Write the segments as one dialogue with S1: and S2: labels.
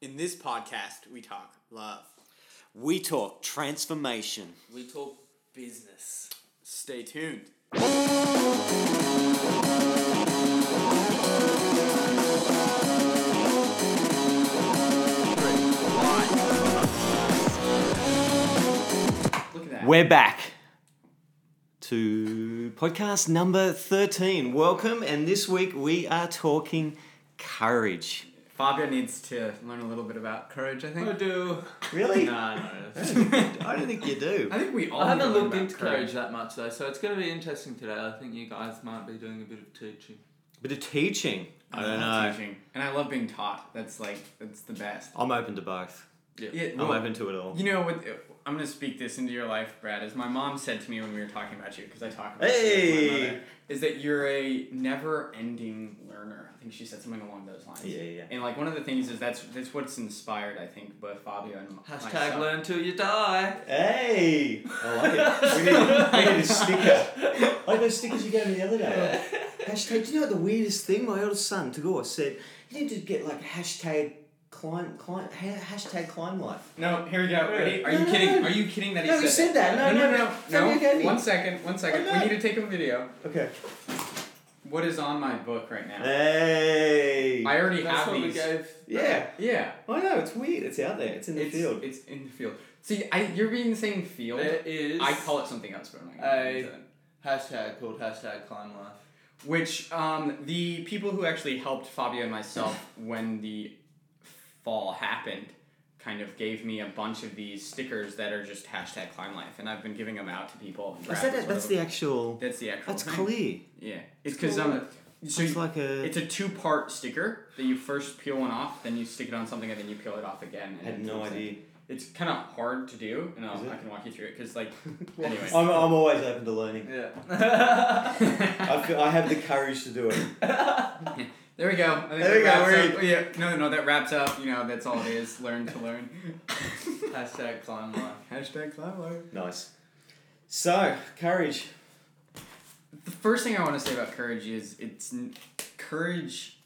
S1: In this podcast, we talk love.
S2: We talk transformation.
S3: We talk business.
S1: Stay tuned.
S3: Look at that.
S2: We're back to podcast number 13. Welcome, and this week we are talking courage.
S4: Fabio needs to learn a little bit about courage, I think.
S3: I do.
S2: Really?
S3: Nah, no.
S2: I don't think you do.
S4: I think we all
S3: I
S4: need to
S3: haven't
S4: learn
S3: looked
S4: about
S3: into courage that much though, so it's going to be interesting today. I think you guys might be doing a bit of teaching.
S2: Bit of teaching. I don't
S4: love
S2: know.
S4: Teaching. And I love being taught. That's like, that's the best.
S2: I'm open to both.
S4: Yeah,
S2: I'm
S4: well,
S2: open to it all.
S4: You know, with, I'm going to speak this into your life, Brad, as my mom said to me when we were talking about you, because I talk about you with my
S2: Hey!
S4: mother, is that you're a never ending learner. I think she said something along those lines.
S2: Yeah, yeah, yeah.
S4: And like one of the things is that's that's what's inspired, I think, both Fabio and
S3: Hashtag
S4: myself.
S3: learn till you die.
S2: Hey! I like it. We need, we need a sticker. I like those stickers you gave me the other day. Hashtag, do you know what the weirdest thing? My oldest son, Tagore, said, you need to get like hashtag climb, climb, ha- hashtag climb life.
S4: No, here we go. Ready? Are
S2: No,
S4: you
S2: no,
S4: kidding?
S2: no.
S4: Are you kidding that he
S2: No,
S4: said
S2: he said that. No,
S4: no,
S2: no,
S4: no.
S2: no. Fabio gave me. Oh,
S4: One second, one second.
S2: no.
S4: We need to take a video.
S2: Okay.
S4: What is on my book right now?
S2: Hey!
S4: I already
S3: That's
S4: have
S3: what we
S4: these.
S3: gave.
S2: Yeah.
S4: Yeah.
S2: I know, it's weird. It's out there. It's in the
S4: it's,
S2: field.
S4: It's in the field. See, I you're being saying field.
S3: There is.
S4: I call it something else, but I'm not gonna
S3: I-
S4: get into it.
S3: hashtag called hashtag climb life.
S4: Which um the people who actually helped Fabio and myself when the fall happened kind of gave me a bunch of these stickers that are just hashtag climb life and I've been giving them out to people.
S2: Is that it? That's the actual...
S4: that's the actual
S2: That's
S4: thing.
S2: clear.
S4: Yeah. It's because um so
S2: it's
S4: you-
S2: like a...
S4: It's a two part sticker that you first peel one off, then you stick it on something, and then you peel it off again. And
S2: I had
S4: it
S2: no
S4: fills in.
S2: idea.
S4: It's kind of hard to do, and I'll,
S2: Is it?
S4: I can walk you through it because, like,
S2: I'm,
S4: anyway.
S2: I'm always open to learning.
S3: Yeah.
S2: I, feel, I have the courage to do it.
S4: there we go. I think
S2: There we
S4: that
S2: go,
S4: wraps
S2: we're
S4: up- Yeah, no, no, that wraps up. You know, that's all it is. Learn to learn.
S3: hashtag climb life.
S4: Hashtag climber.
S2: Nice. So, courage.
S4: The first thing I want to say about courage is it's n- courage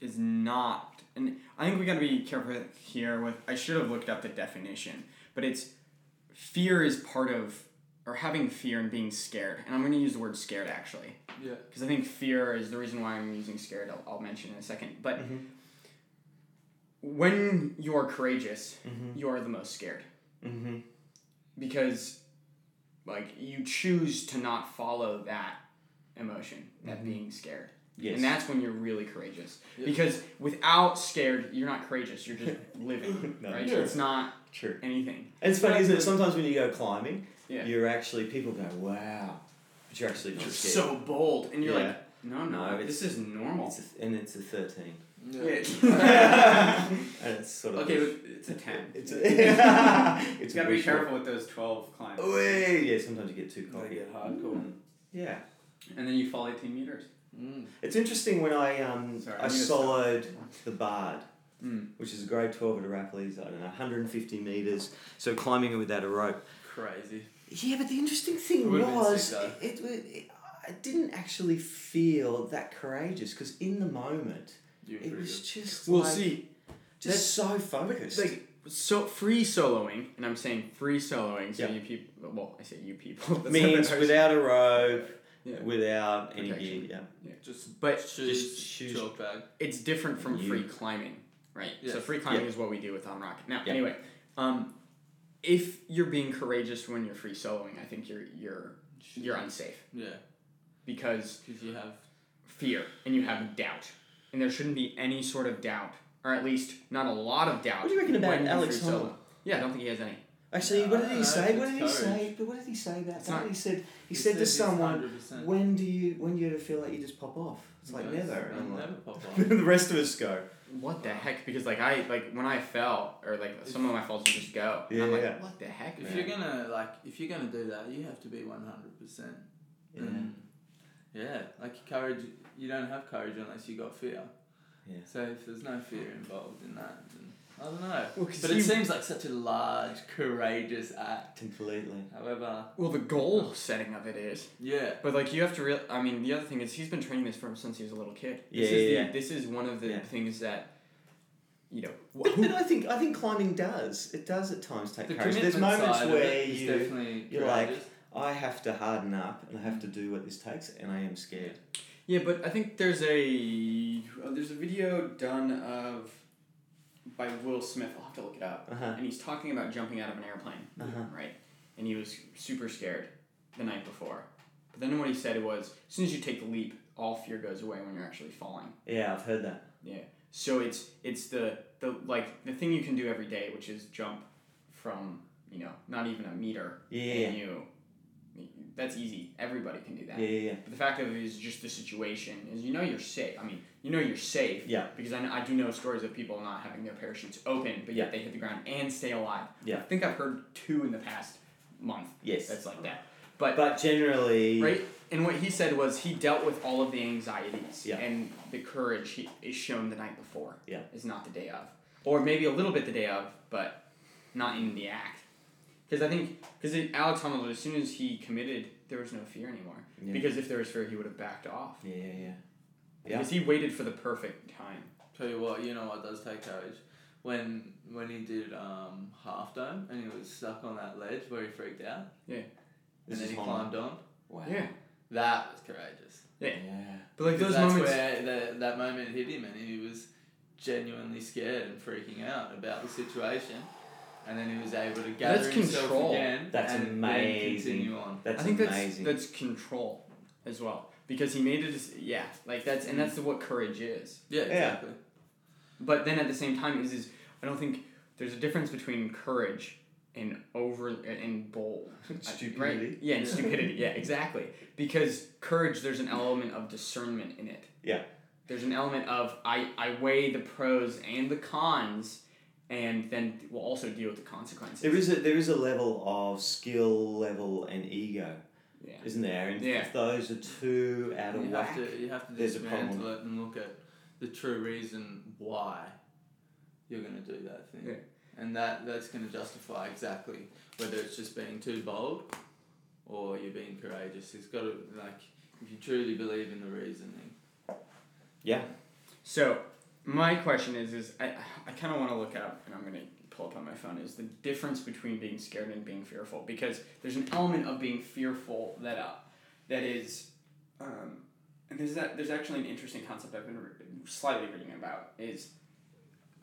S4: is not, and I think we got to be careful here with. I should have looked up the definition, but it's fear is part of or having fear and being scared and i'm going to use the word scared actually
S3: Yeah.
S4: because i think fear is the reason why i'm using scared i'll, I'll mention in a second but
S2: Mm-hmm.
S4: when you're courageous you're the most scared
S2: Mm-hmm.
S4: because like you choose to not follow that emotion that being scared
S2: Mm-hmm. Yes.
S4: and that's when you're really courageous because without scared you're not courageous you're just living
S2: No.
S4: right
S2: Sure.
S4: it's not
S2: True.
S4: anything
S2: And it's funny, isn't it? Sometimes when you go climbing,
S4: Yeah.
S2: you're actually, people go, wow. But you're actually not
S4: You're
S2: scared.
S4: so bold, and you're
S2: Yeah.
S4: like, no, no,
S2: No,
S4: this is normal.
S2: It's a, and it's a 13.
S4: Yeah.
S2: And it's sort of.
S4: okay, but it's a ten.
S2: It's a. it's
S4: you gotta be careful with those twelve climbs,
S2: Away. Yeah, sometimes you get too
S3: Gotta
S2: cocky. Mm.
S3: get hardcore.
S2: Yeah.
S4: and then you fall eighteen meters.
S3: Mm.
S2: It's interesting when I um
S4: Sorry,
S2: I
S4: I'm gonna
S2: soloed the Bard,
S4: Mm.
S2: which is a grade twelve at Arapiles. I don't know, 150 meters. So climbing it without a rope.
S3: Crazy.
S2: Yeah, but the interesting thing
S3: It would've been
S2: was,
S3: sick,
S2: it, it, it- I didn't actually feel that courageous because in the moment,
S3: You
S2: it was just
S4: Well,
S2: like,
S4: see,
S2: just so focused.
S4: like so free soloing, and I'm saying free soloing. So
S2: Yeah.
S4: you people, well, I say you people. that's
S2: means
S4: not-
S2: without a rope,
S4: Yeah.
S2: without any
S4: Protection.
S2: gear. Yeah.
S3: Just
S4: But
S3: shoes,
S2: shoes.
S3: chalk bag.
S4: it's different from
S2: You-
S4: free climbing, right? So
S3: Yes.
S4: free climbing
S2: Yeah.
S4: is what we do with on rocket. Now,
S2: Yeah.
S4: anyway, um, if you're being courageous when you're free soloing, I think you're you're you're unsafe
S3: Yeah,
S4: because
S3: because you have.
S4: fear and you have doubt. And there shouldn't be any sort of doubt, or at least not a lot of doubt.
S2: What do you reckon about
S4: when you're
S2: Alex
S4: free
S2: Honnold?
S4: solo. Yeah, I don't think he has any.
S2: Actually, what did
S3: I
S2: he
S3: don't
S2: say?
S3: know,
S2: What did he
S3: it's
S2: say?
S3: courage.
S2: But what did he say about
S4: It's
S2: that?
S4: not-
S2: he said he,
S3: He
S2: said,
S3: said
S2: to
S3: he's
S2: someone,
S3: 100%.
S2: "When do you when do you feel like you just pop off?" It's like
S3: Yes,
S2: never.
S3: I'll
S2: And I'm like-
S3: never pop off.
S2: the rest of us go.
S4: What the heck? Because like I like when I fell, or like some of my falls would just go. And I'm like,
S2: Yeah.
S4: what the heck?
S3: If
S4: man?"
S3: you're gonna like, if you're gonna do that, you have to be one hundred percent.
S2: Yeah.
S3: Yeah, like courage. You don't have courage unless you got fear.
S2: Yeah.
S3: So if there's no fear involved in that, then I don't know.
S4: Well, 'cause
S3: but
S4: you-
S3: it seems like such a large, courageous act.
S2: Completely.
S3: However,
S4: well, the goal setting of it is,
S3: yeah,
S4: but like you have to real. I mean, the other thing is he's been training this from since he was a little kid.
S2: Yeah,
S4: This is
S2: yeah,
S4: the,
S2: yeah.
S4: This is one of the
S2: Yeah.
S4: things that you know,
S2: But, but I think I think climbing does. It does at times take
S3: The
S2: courage. There's
S3: commitment
S2: moments
S3: side of
S2: where
S3: it is
S2: you
S3: definitely
S2: you're like-
S3: courageous.
S2: I have to harden up and I have to do what this takes and I am scared.
S4: Yeah, but I think there's a uh, there's a video done of by Will Smith. I'll have to look it up.
S2: Uh-huh.
S4: And he's talking about jumping out of an airplane,
S2: Uh-huh.
S4: right? And he was super scared the night before. But then what he said was, as soon as you take the leap, all fear goes away when you're actually falling.
S2: Yeah, I've heard that.
S4: So it's it's the the like the thing you can do every day, which is jump from you know not even a meter.
S2: Yeah, yeah,
S4: And you, that's easy. Everybody can do that.
S2: yeah, yeah, yeah.
S4: But the fact of it is just the situation is you know you're safe. I mean, you know you're safe.
S2: Yeah.
S4: Because I, know, I do know stories of people not having their parachutes open, but yet they hit the ground and stay alive.
S2: Yeah.
S4: I think I've heard two in the past month
S2: Yes.
S4: that's like that. But,
S2: But generally,
S4: right, and what he said was he dealt with all of the anxieties
S2: Yeah.
S4: and the courage he is shown the night before.
S2: Yeah.
S4: Is not the day of, or maybe a little bit the day of, but not in the act. Because I think because Alex Honnold, as soon as he committed, there was no fear anymore.
S2: Yeah.
S4: Because if there was fear, he would have backed off.
S2: yeah, yeah, yeah. Yeah.
S4: Because he waited for the perfect time.
S3: Tell you what, you know what does take courage. When when he did um, half dome and he was stuck on that ledge where he freaked out.
S4: Yeah.
S2: This
S3: and then
S2: is
S3: he
S2: Honnold.
S3: climbed on.
S2: Wow.
S4: Yeah.
S3: That was courageous.
S2: Yeah.
S4: But like
S3: Because
S4: those
S3: that's
S4: moments.
S3: where the, that moment hit him and he was genuinely scared and freaking out about the situation. And then he was able to gather
S4: That's
S3: himself
S4: control.
S3: again
S2: That's
S3: and
S2: amazing.
S3: then continue on.
S2: That's
S4: I think
S2: amazing.
S4: that's that's control as well. Because he made it. dec- Yeah. Like that's and that's what courage is.
S3: Yeah, exactly.
S4: But then at the same time is is I don't think there's a difference between courage and over and bold. Right?
S2: Stupidity.
S4: Yeah, and
S3: Yeah.
S4: stupidity. Yeah, exactly. Because courage, there's an element of discernment in it.
S2: Yeah.
S4: There's an element of I, I weigh the pros and the cons, and then we'll also deal with the consequences.
S2: There is a there is a level of skill level and ego,
S4: Yeah.
S2: isn't there? And
S4: Yeah.
S2: if those are two out of
S3: You
S2: whack,
S3: have to you have to
S2: there's a problem.
S3: dismantle it and look at the true reason why you're gonna do that thing.
S4: Yeah.
S3: And that that's gonna justify exactly whether it's just being too bold or you're being courageous. It's gotta like if you truly believe in the reasoning.
S4: So my question is is I, I kind of want to look up and I'm gonna pull up on my phone is the difference between being scared and being fearful because there's an element of being fearful that uh, that is um, and there's that there's actually an interesting concept I've been re- slightly reading about is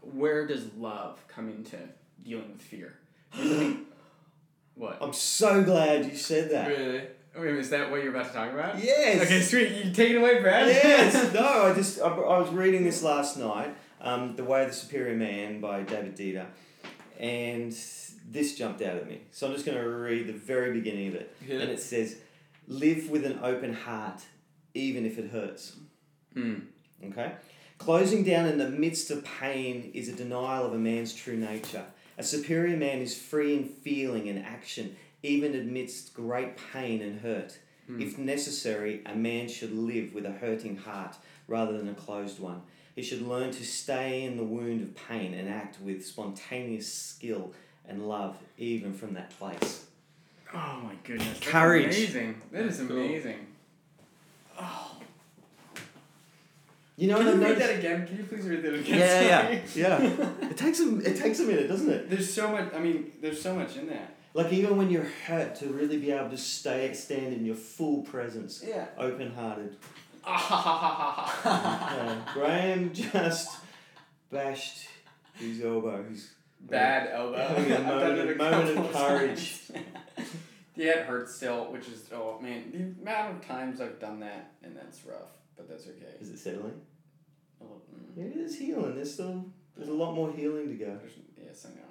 S4: where does love come into dealing with fear? Because I think- what? Oh,
S2: I'm so glad you said that.
S3: Really?
S4: Wait, is that what you're about to talk about?
S2: Yes.
S4: Okay, sweet. You take it away, Brad.
S2: yes. No, I just I, I was reading this last night, um, The Way of the Superior Man by David Dieter, and this jumped out at me. So I'm just going to read the very beginning of it,
S3: Hit
S2: and
S3: it.
S2: it says, "Live with an open heart, even if it hurts."
S4: Hmm.
S2: Okay? Closing down in the midst of pain is a denial of a man's true nature. A superior man is free in feeling and action, even amidst great pain and hurt.
S4: Hmm.
S2: If necessary, a man should live with a hurting heart rather than a closed one. He should learn to stay in the wound of pain and act with spontaneous skill and love, even from that place.
S4: Oh my goodness. that's
S2: Courage.
S4: amazing. That is
S3: That's cool.
S4: amazing.
S2: You know,
S4: Can
S2: and
S4: you
S2: I
S4: read
S2: noticed-
S4: that again? Can you please read that again?
S2: yeah, yeah,
S4: Sorry.
S2: yeah. It takes a it takes a minute, doesn't it?
S4: There's so much. I mean, there's so much in that.
S2: Like even when you're hurt, to really be able to stay stand in your full presence,
S4: Yeah.
S2: open hearted.
S4: Ah, ha, ha, ha, ha, ha.
S2: Uh, Graham just bashed his elbow. His
S4: Bad elbow.
S2: Having a
S4: I've done
S2: moment-
S4: it a
S2: Oh, moment of
S4: couple
S2: courage.
S4: times. yeah, it hurts still, which is oh man, the amount of times I've done that, and that's rough. But that's okay.
S2: is it settling?
S4: Oh, mm,
S2: Yeah, there's healing. There's still there's a lot more healing to go.
S4: there's- Yes, I know.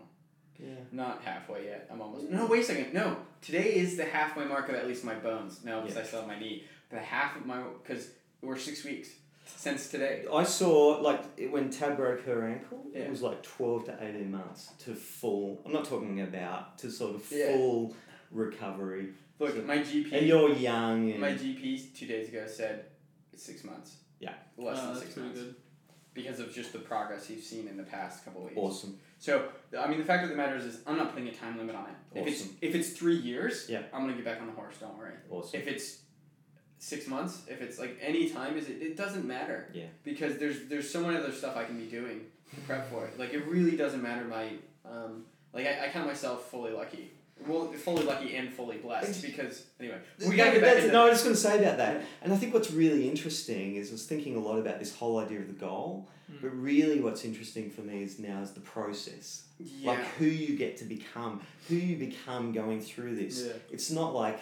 S2: Yeah.
S4: Not halfway yet. I'm almost. No, wait a second. No, today is the halfway mark of at least my bones. No, because I still have my knee. The half of my because we're six weeks since today.
S2: I saw like it- when Tab broke her ankle,
S4: Yeah.
S2: it was like twelve to eighteen months to full. I'm not talking about to sort of
S4: Yeah.
S2: full recovery.
S4: Look,
S2: So-
S4: my GP.
S2: And you're young. And
S4: My GP two days ago said six months.
S2: Yeah.
S4: Less
S3: Oh,
S4: than
S3: that's
S4: six
S3: pretty
S4: months.
S3: good.
S4: Because of just the progress he's seen in the past couple of weeks.
S2: awesome.
S4: So th- I mean, the fact of the matter is, is I'm not putting a time limit on it. If
S2: Awesome.
S4: it's if it's three years,
S2: Yeah.
S4: I'm gonna get back on the horse. Don't worry.
S2: Awesome.
S4: If it's six months, if it's like any time, is it? It doesn't matter.
S2: Yeah.
S4: Because there's there's so much other stuff I can be doing to prep for it. Like it really doesn't matter my um like I, I count myself fully lucky. Well, fully lucky and fully blessed because anyway we gotta
S2: no,
S4: get back
S2: that's-
S4: into
S2: no, I was just going to say about that. And I think what's really interesting is I was thinking a lot about this whole idea of the goal,
S4: Hmm.
S2: but really what's interesting for me is now is the process.
S4: yeah
S2: Like who you get to become, who you become going through this.
S3: Yeah.
S2: It's not like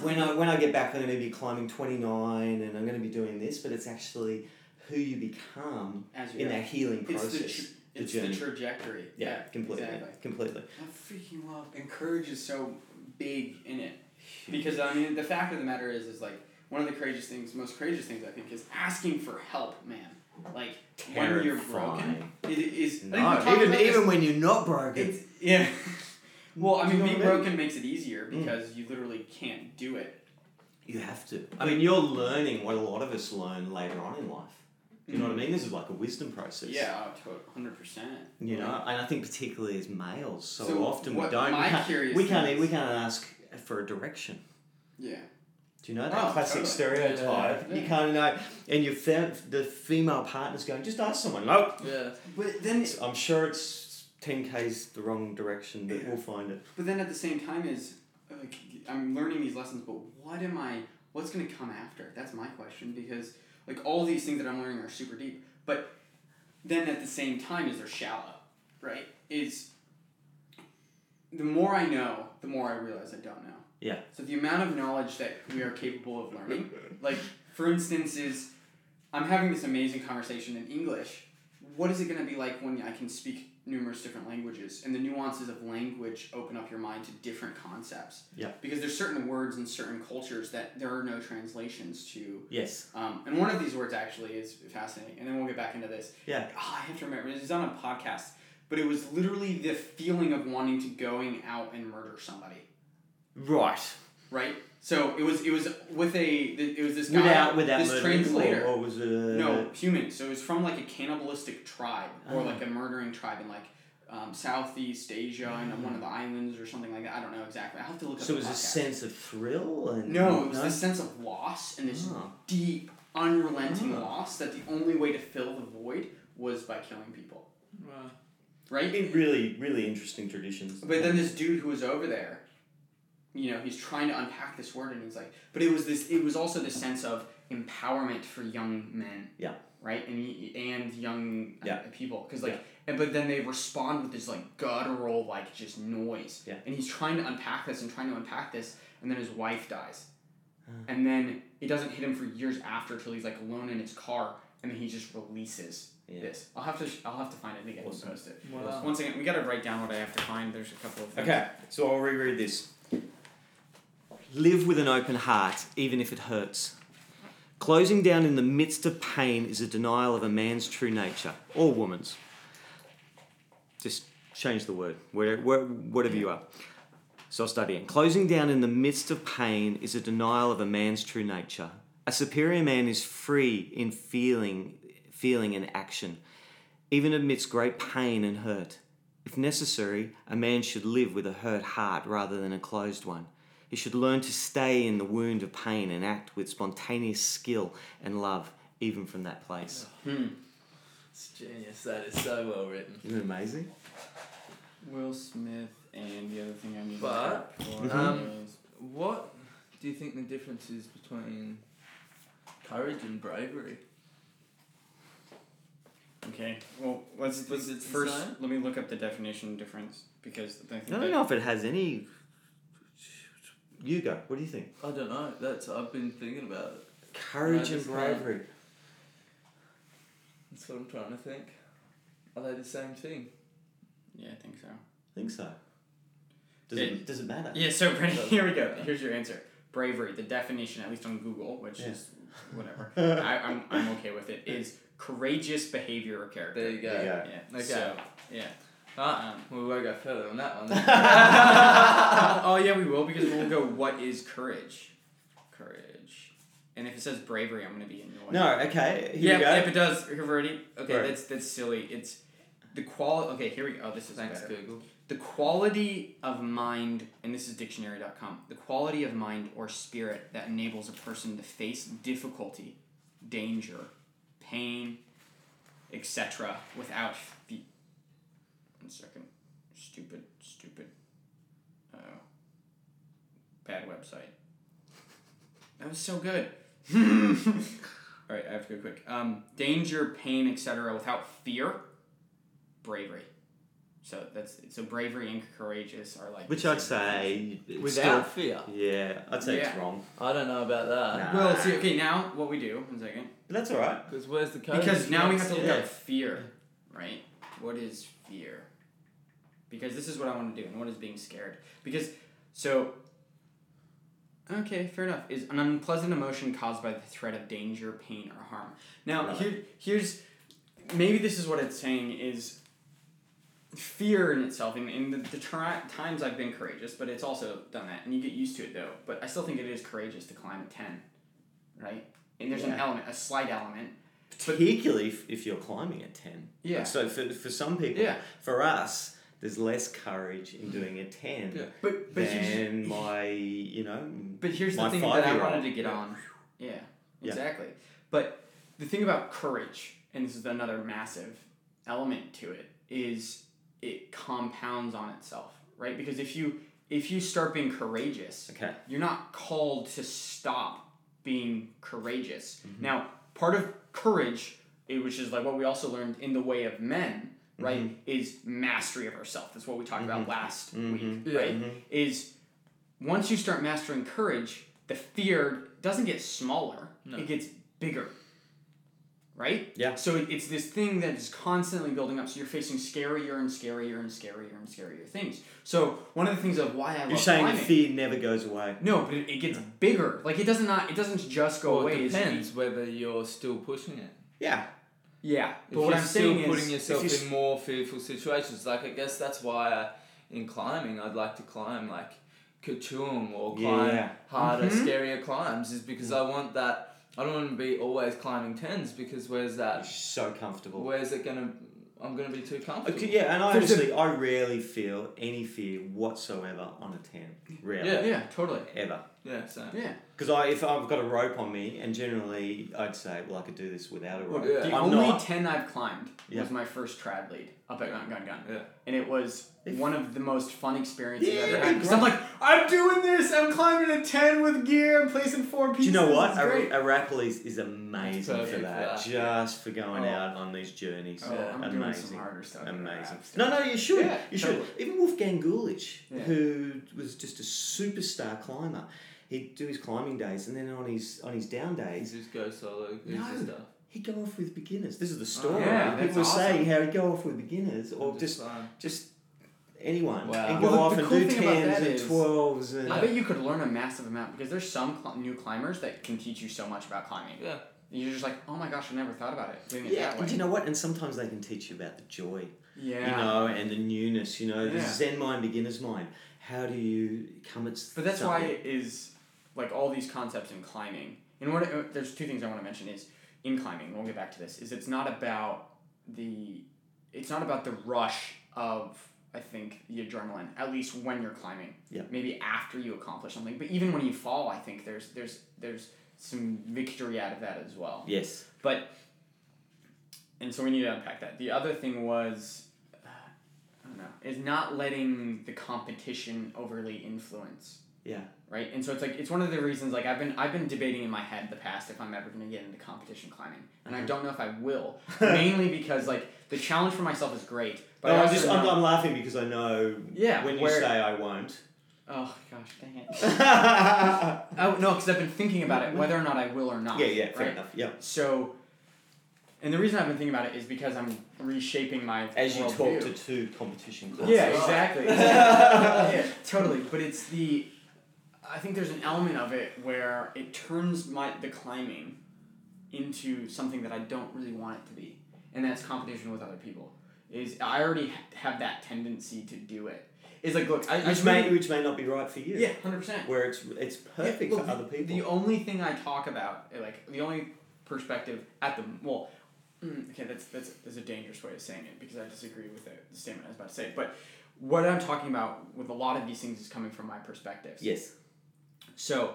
S2: when I when I get back I'm going to be climbing 29 and I'm going to be doing this, but it's actually who you become
S4: as you
S2: in
S4: go.
S2: that healing
S4: it's
S2: process.
S4: the tr-
S2: the
S4: it's the
S2: journey.
S4: trajectory
S2: yeah, completely.
S4: exactly.
S2: Completely.
S4: I freaking love and courage is so big in it because I mean the fact of the matter is is like one of the courageous things most courageous things I think is asking for help man like when you're broken
S2: Terrifying.
S4: it is I think we
S2: No,
S4: talked
S2: even
S4: about this-
S2: even when you're not broken.
S4: it's yeah well I
S2: Do
S4: mean
S2: you know
S4: being
S2: what I mean? Mm.
S4: broken makes it easier because you literally can't do it
S2: You have to. I mean, you're learning what a lot of us learn later on in life. You know what I mean? This is like a wisdom process.
S4: Mm. yeah to- 100%
S2: You know, and I think particularly as males, so,
S4: So
S2: often we
S4: what
S2: don't.
S4: my
S2: we can't,
S4: curious
S2: we can't. e,
S4: thing is-
S2: We can't ask for a direction.
S4: yeah
S2: Do you know that
S4: Oh,
S2: classic
S4: totally.
S2: stereotype?
S4: Yeah.
S2: You can't know, and your fe- the female partner's going, just ask someone. No,
S3: Yeah.
S4: but then
S2: It's- I'm sure it's ten k's the wrong direction, but
S4: Yeah.
S2: we'll find it.
S4: But then at the same time is like I'm learning these lessons, but what am I what's gonna come after? That's my question because like all these things that I'm learning are super deep. But then at the same time is they're shallow, right? Is the more I know, the more I realize I don't know.
S2: Yeah.
S4: So the amount of knowledge that we are capable of learning, like for instance, is I'm having this amazing conversation in English. What is it going to be like when I can speak numerous different languages and the nuances of language open up your mind to different concepts?
S2: Yeah.
S4: Because there's certain words in certain cultures that there are no translations to.
S2: Yes.
S4: Um, and one of these words actually is fascinating, and then we'll get back into this.
S2: Yeah.
S4: Ah, I have to remember. This is on a podcast, but it was literally the feeling of wanting to going out and murder somebody,
S2: Right.
S4: right? So it was it was with a it was this guy
S2: Without without
S4: this
S2: murdering,
S4: translator.
S2: Or, or was it?
S4: No, human. So it was from like a cannibalistic tribe or
S2: Uh, Ah.
S4: like a murdering tribe in like um, Southeast Asia and one of the islands or something like that. I don't know exactly. I have to look up.
S2: Ah. So it
S4: the
S2: was a
S4: podcast.
S2: sense of thrill and
S4: No, it was this sense of loss and this
S2: Ah.
S4: deep, unrelenting
S2: Ah.
S4: loss that the only way to fill the void was by killing people,
S3: Wow.
S4: right?
S2: It really, really interesting traditions.
S4: But then this dude who was over there, you know, he's trying to unpack this word, and he's like, but it was this. It was also this sense of empowerment for young men.
S2: Yeah.
S4: Right, and he, and young uh,
S2: Yeah.
S4: people, because like, and, but then they respond with this like guttural like just noise.
S2: Yeah.
S4: And he's trying to unpack this and trying to unpack this, and then his wife dies, and then it doesn't hit him for years after till he's like alone in his car, and then he just releases
S2: Yeah.
S4: this. I'll have to I'll have to find it and get it
S2: Awesome.
S4: posted.
S3: Wow.
S5: Once again, we gotta write down what I have to find. There's a couple of things.
S2: Okay, so I'll reread this. Live with an open heart, even if it hurts. Closing down in the midst of pain is a denial of a man's true nature, or woman's. Just change the word, where- where- whatever you are. So I'll start again. Closing down in the midst of pain is a denial of a man's true nature. A superior man is free in feeling, feeling and action, even amidst great pain and hurt. If necessary, a man should live with a hurt heart rather than a closed one. He should learn to stay in the wound of pain and act with spontaneous skill and love, even from that place.
S5: Hmm.
S3: It's genius. That is so well written.
S2: Isn't it amazing?
S5: Will Smith and the other thing I need. to
S3: But,
S5: look for
S2: Mm-hmm.
S3: um,
S5: is-
S3: What do you think the difference is between courage and bravery?
S5: okay. Well, let's,
S3: Do you
S5: let's
S3: think it's the
S5: first
S3: same?
S5: let me look up the definition difference because I think
S2: I don't
S5: that-
S2: know if it has any. You go. What do you think?
S3: I don't know. That's I've been thinking about it.
S2: Courage and
S3: No, it's not.
S2: bravery.
S3: That's what I'm trying to think. Are they the same thing?
S5: Yeah, I think so.
S2: I think so. Does
S5: Yeah.
S2: it, does it matter?
S5: Yeah, so Brennan, here we go. Here's your answer. Bravery, the definition, at least on Google, which
S2: Yeah.
S5: is whatever. I, I'm, I'm okay with it. Is courageous behavior or character.
S3: There you go.
S2: There you go.
S5: Yeah.
S3: Okay.
S5: So yeah.
S3: Ah,
S5: Um,
S3: well, we won't go further on that one.
S5: oh yeah, we will because we'll go. What is courage? Courage. And if it says bravery, I'm gonna be annoyed.
S2: No, okay. Here
S5: yeah,
S2: you go.
S5: if it does, here already. Okay,
S2: Right.
S5: that's that's silly. It's the quality. Okay, here we go. Oh, this is
S3: Thanks,
S5: better.
S3: Google.
S5: The quality of mind, and this is dictionary.com, the quality of mind or spirit that enables a person to face difficulty, danger, pain,
S4: etc. Without the one second, stupid, stupid, uh, bad website. That was so good. All right, I have to go quick. Um, danger, pain, etc. Without fear, bravery. So that's so bravery and courageous are like.
S2: Which
S4: the
S2: I'd
S4: same things.
S2: say it's
S3: Without fear.
S2: still- yeah, I'd say it's
S4: Yeah.
S2: wrong,
S3: I don't know about that.
S2: Nah.
S4: Well, see, okay, now what we do? One second.
S2: but that's all right.
S3: Because where's the code?
S4: Because now we have to look
S2: Yeah.
S4: at fear, right? What is fear? Because this is what I want to do, and what is being scared? Because so. Okay, fair enough. Is an unpleasant emotion caused by the threat of danger, pain, or harm. Now
S2: Right.
S4: here, here's maybe this is what it's saying is fear in itself, and in the, the tri- times I've been courageous, but it's also done that, and you get used to it though. But I still think it is courageous to climb a ten, right? And there's an
S2: Yeah.
S4: element, a slight element.
S2: particularly if, if you're climbing at 10
S4: Yeah.
S2: so for, for some people
S4: Yeah.
S2: for us there's less courage in doing a 10
S3: Yeah.
S4: But but here's,
S2: than my you know
S4: but here's the
S2: my
S4: thing that I
S2: five-year-old.
S4: wanted to get on. Yeah,
S2: Yeah.
S4: exactly. But the thing about courage, and this is another massive element to it, is it compounds on itself, right? Because if you if you start being courageous,
S2: okay
S4: you're not called to stop being courageous.
S2: Mm-hmm.
S4: Now, part of courage, eh, which is like what we also learned in the way of men, right,
S2: Mm-hmm.
S4: is mastery of ourself. That's what we talked about last week,
S3: Yeah.
S4: right?
S2: mm-hmm.
S4: Is once you start mastering courage, the fear doesn't get smaller; it gets bigger. Right.
S2: Yeah.
S4: So it- it's this thing that is constantly building up. So you're facing scarier and scarier and scarier and scarier things. So one of the things of why I
S2: you're
S4: love
S2: saying
S4: climbing-
S2: fear never goes away
S4: no, but it, it gets bigger. Like it doesn't not it doesn't just go
S3: Well,
S4: away.
S3: it
S4: It's-
S3: depends whether you're still pushing it.
S2: yeah
S4: Yeah,
S3: If
S4: but what
S3: you're
S4: I'm
S3: still
S4: saying
S3: putting
S4: is,
S3: yourself
S2: if you s-
S3: in more fearful situations. Like I guess that's why uh, in climbing I'd like to climb like Kachum or
S2: Yeah, Mm-hmm.
S3: climb
S2: yeah.
S3: harder,
S4: Mhm.
S3: scarier climbs is because I want that. I don't want to be always climbing tens because where's
S2: you're
S3: that?
S2: so comfortable
S3: Where's it gonna? I'm gonna be too comfortable.
S2: okay, yeah and I
S4: There's a-
S2: honestly I rarely feel any fear whatsoever on a 10 rarely
S3: Yeah.
S4: yeah, totally.
S2: ever
S3: Yeah, so
S4: Yeah.
S2: because I, if I've got a rope on me, and generally I'd say, well, I could do this without a rope.
S3: yeah.
S4: The
S2: I'm
S4: only
S2: not.
S4: ten I've climbed
S2: Yeah.
S4: was my first trad lead up at Gun Gun Gun,
S3: Yeah.
S4: and it was
S2: If-
S4: one of the most fun experiences I've
S2: Yeah,
S4: ever had. Because
S2: great.
S4: I'm like, I'm doing this. I'm climbing a ten with gear. I'm placing four
S2: Do
S4: pieces.
S2: you know
S4: this
S2: what?
S4: is
S2: A,
S4: great.
S2: a Rappel is, is amazing
S3: Perfect
S2: for
S3: for
S2: that.
S3: that.
S2: Just for going
S4: Oh.
S2: out on these journeys.
S4: Oh, I'm doing some
S2: amazing.
S4: harder stuff. than
S2: Amazing.
S4: that.
S2: No, no, you should.
S4: Yeah,
S2: you should.
S4: totally.
S2: Even Wolfgang Gulich,
S4: Yeah.
S2: who was just a superstar climber, he'd do his climbing days, and then on his on his down days,
S3: just go solo.
S2: No.
S3: easy stuff.
S2: he'd go off with beginners. This is the story.
S4: Oh, yeah, that's
S2: People were
S4: awesome.
S2: saying how he'd go off with beginners, or
S3: I'm
S2: just
S3: fine.
S2: just anyone,
S3: Wow.
S2: and go
S4: Well, the-
S2: off
S4: the
S2: and
S4: cool
S2: do
S4: thing about that
S2: tens and
S4: is-
S2: twelves and.
S4: I bet you could learn a massive amount because there's some cl- new climbers that can teach you so much about climbing.
S3: Yeah.
S4: You're just like, oh my gosh, I never thought about it. Doing it
S2: Yeah,
S4: that way.
S2: and you know what? And sometimes they can teach you about the joy.
S4: yeah.
S2: you know, and the newness, you know, the
S4: Yeah.
S2: Zen mind, beginner's mind. How do you come at
S4: But that's why
S2: something?
S4: it is like all these concepts in climbing. And what uh, there's two things I want to mention is in climbing. We'll get back to this. Is it's not about the it's not about the rush of I think the adrenaline. At least when you're climbing.
S2: Yeah.
S4: Maybe after you accomplish something, but even when you fall, I think there's there's there's some victory out of that as well.
S2: Yes.
S4: But and so we need to unpack that. The other thing was uh, I don't know, is not letting the competition overly influence.
S2: Yeah.
S4: Right? And so it's like it's one of the reasons like I've been I've been debating in my head the past if I'm ever gonna get into competition climbing. And I
S2: Uh-huh.
S4: don't know if I will. mainly because like the challenge for myself is great. But I
S2: no, I'm
S4: also
S2: just
S4: know-
S2: I'm, I'm laughing because I know
S4: Yeah,
S2: when you
S4: where-
S2: say I won't.
S4: Oh gosh, dang it.
S2: yeah,
S4: oh no, because I've been thinking about it whether or not I will or not.
S2: yeah, fair
S4: right?
S2: enough. Yeah.
S4: So, and the reason I've been thinking about it is because I'm reshaping my
S2: As you
S4: worldview.
S2: talk to two competition classes.
S4: yeah,
S3: Right.
S4: exactly. yeah, totally. But it's the, I think there's an element of it where it turns my the climbing, into something that I don't really want it to be, and that's competition with other people. Is I already ha- have that tendency to do it. Is like look, I, I
S2: Which
S4: really-
S2: may which may not be right for you.
S4: yeah, hundred percent.
S2: Where it's it's perfect
S4: Yeah, look,
S2: for other people.
S4: The only thing I talk about, like the only perspective at the well, mm, okay, that's that's that's a dangerous way of saying it because I disagree with the, the statement I was about to say. But what I'm talking about with a lot of these things is coming from my perspectives.
S2: yes.
S4: So,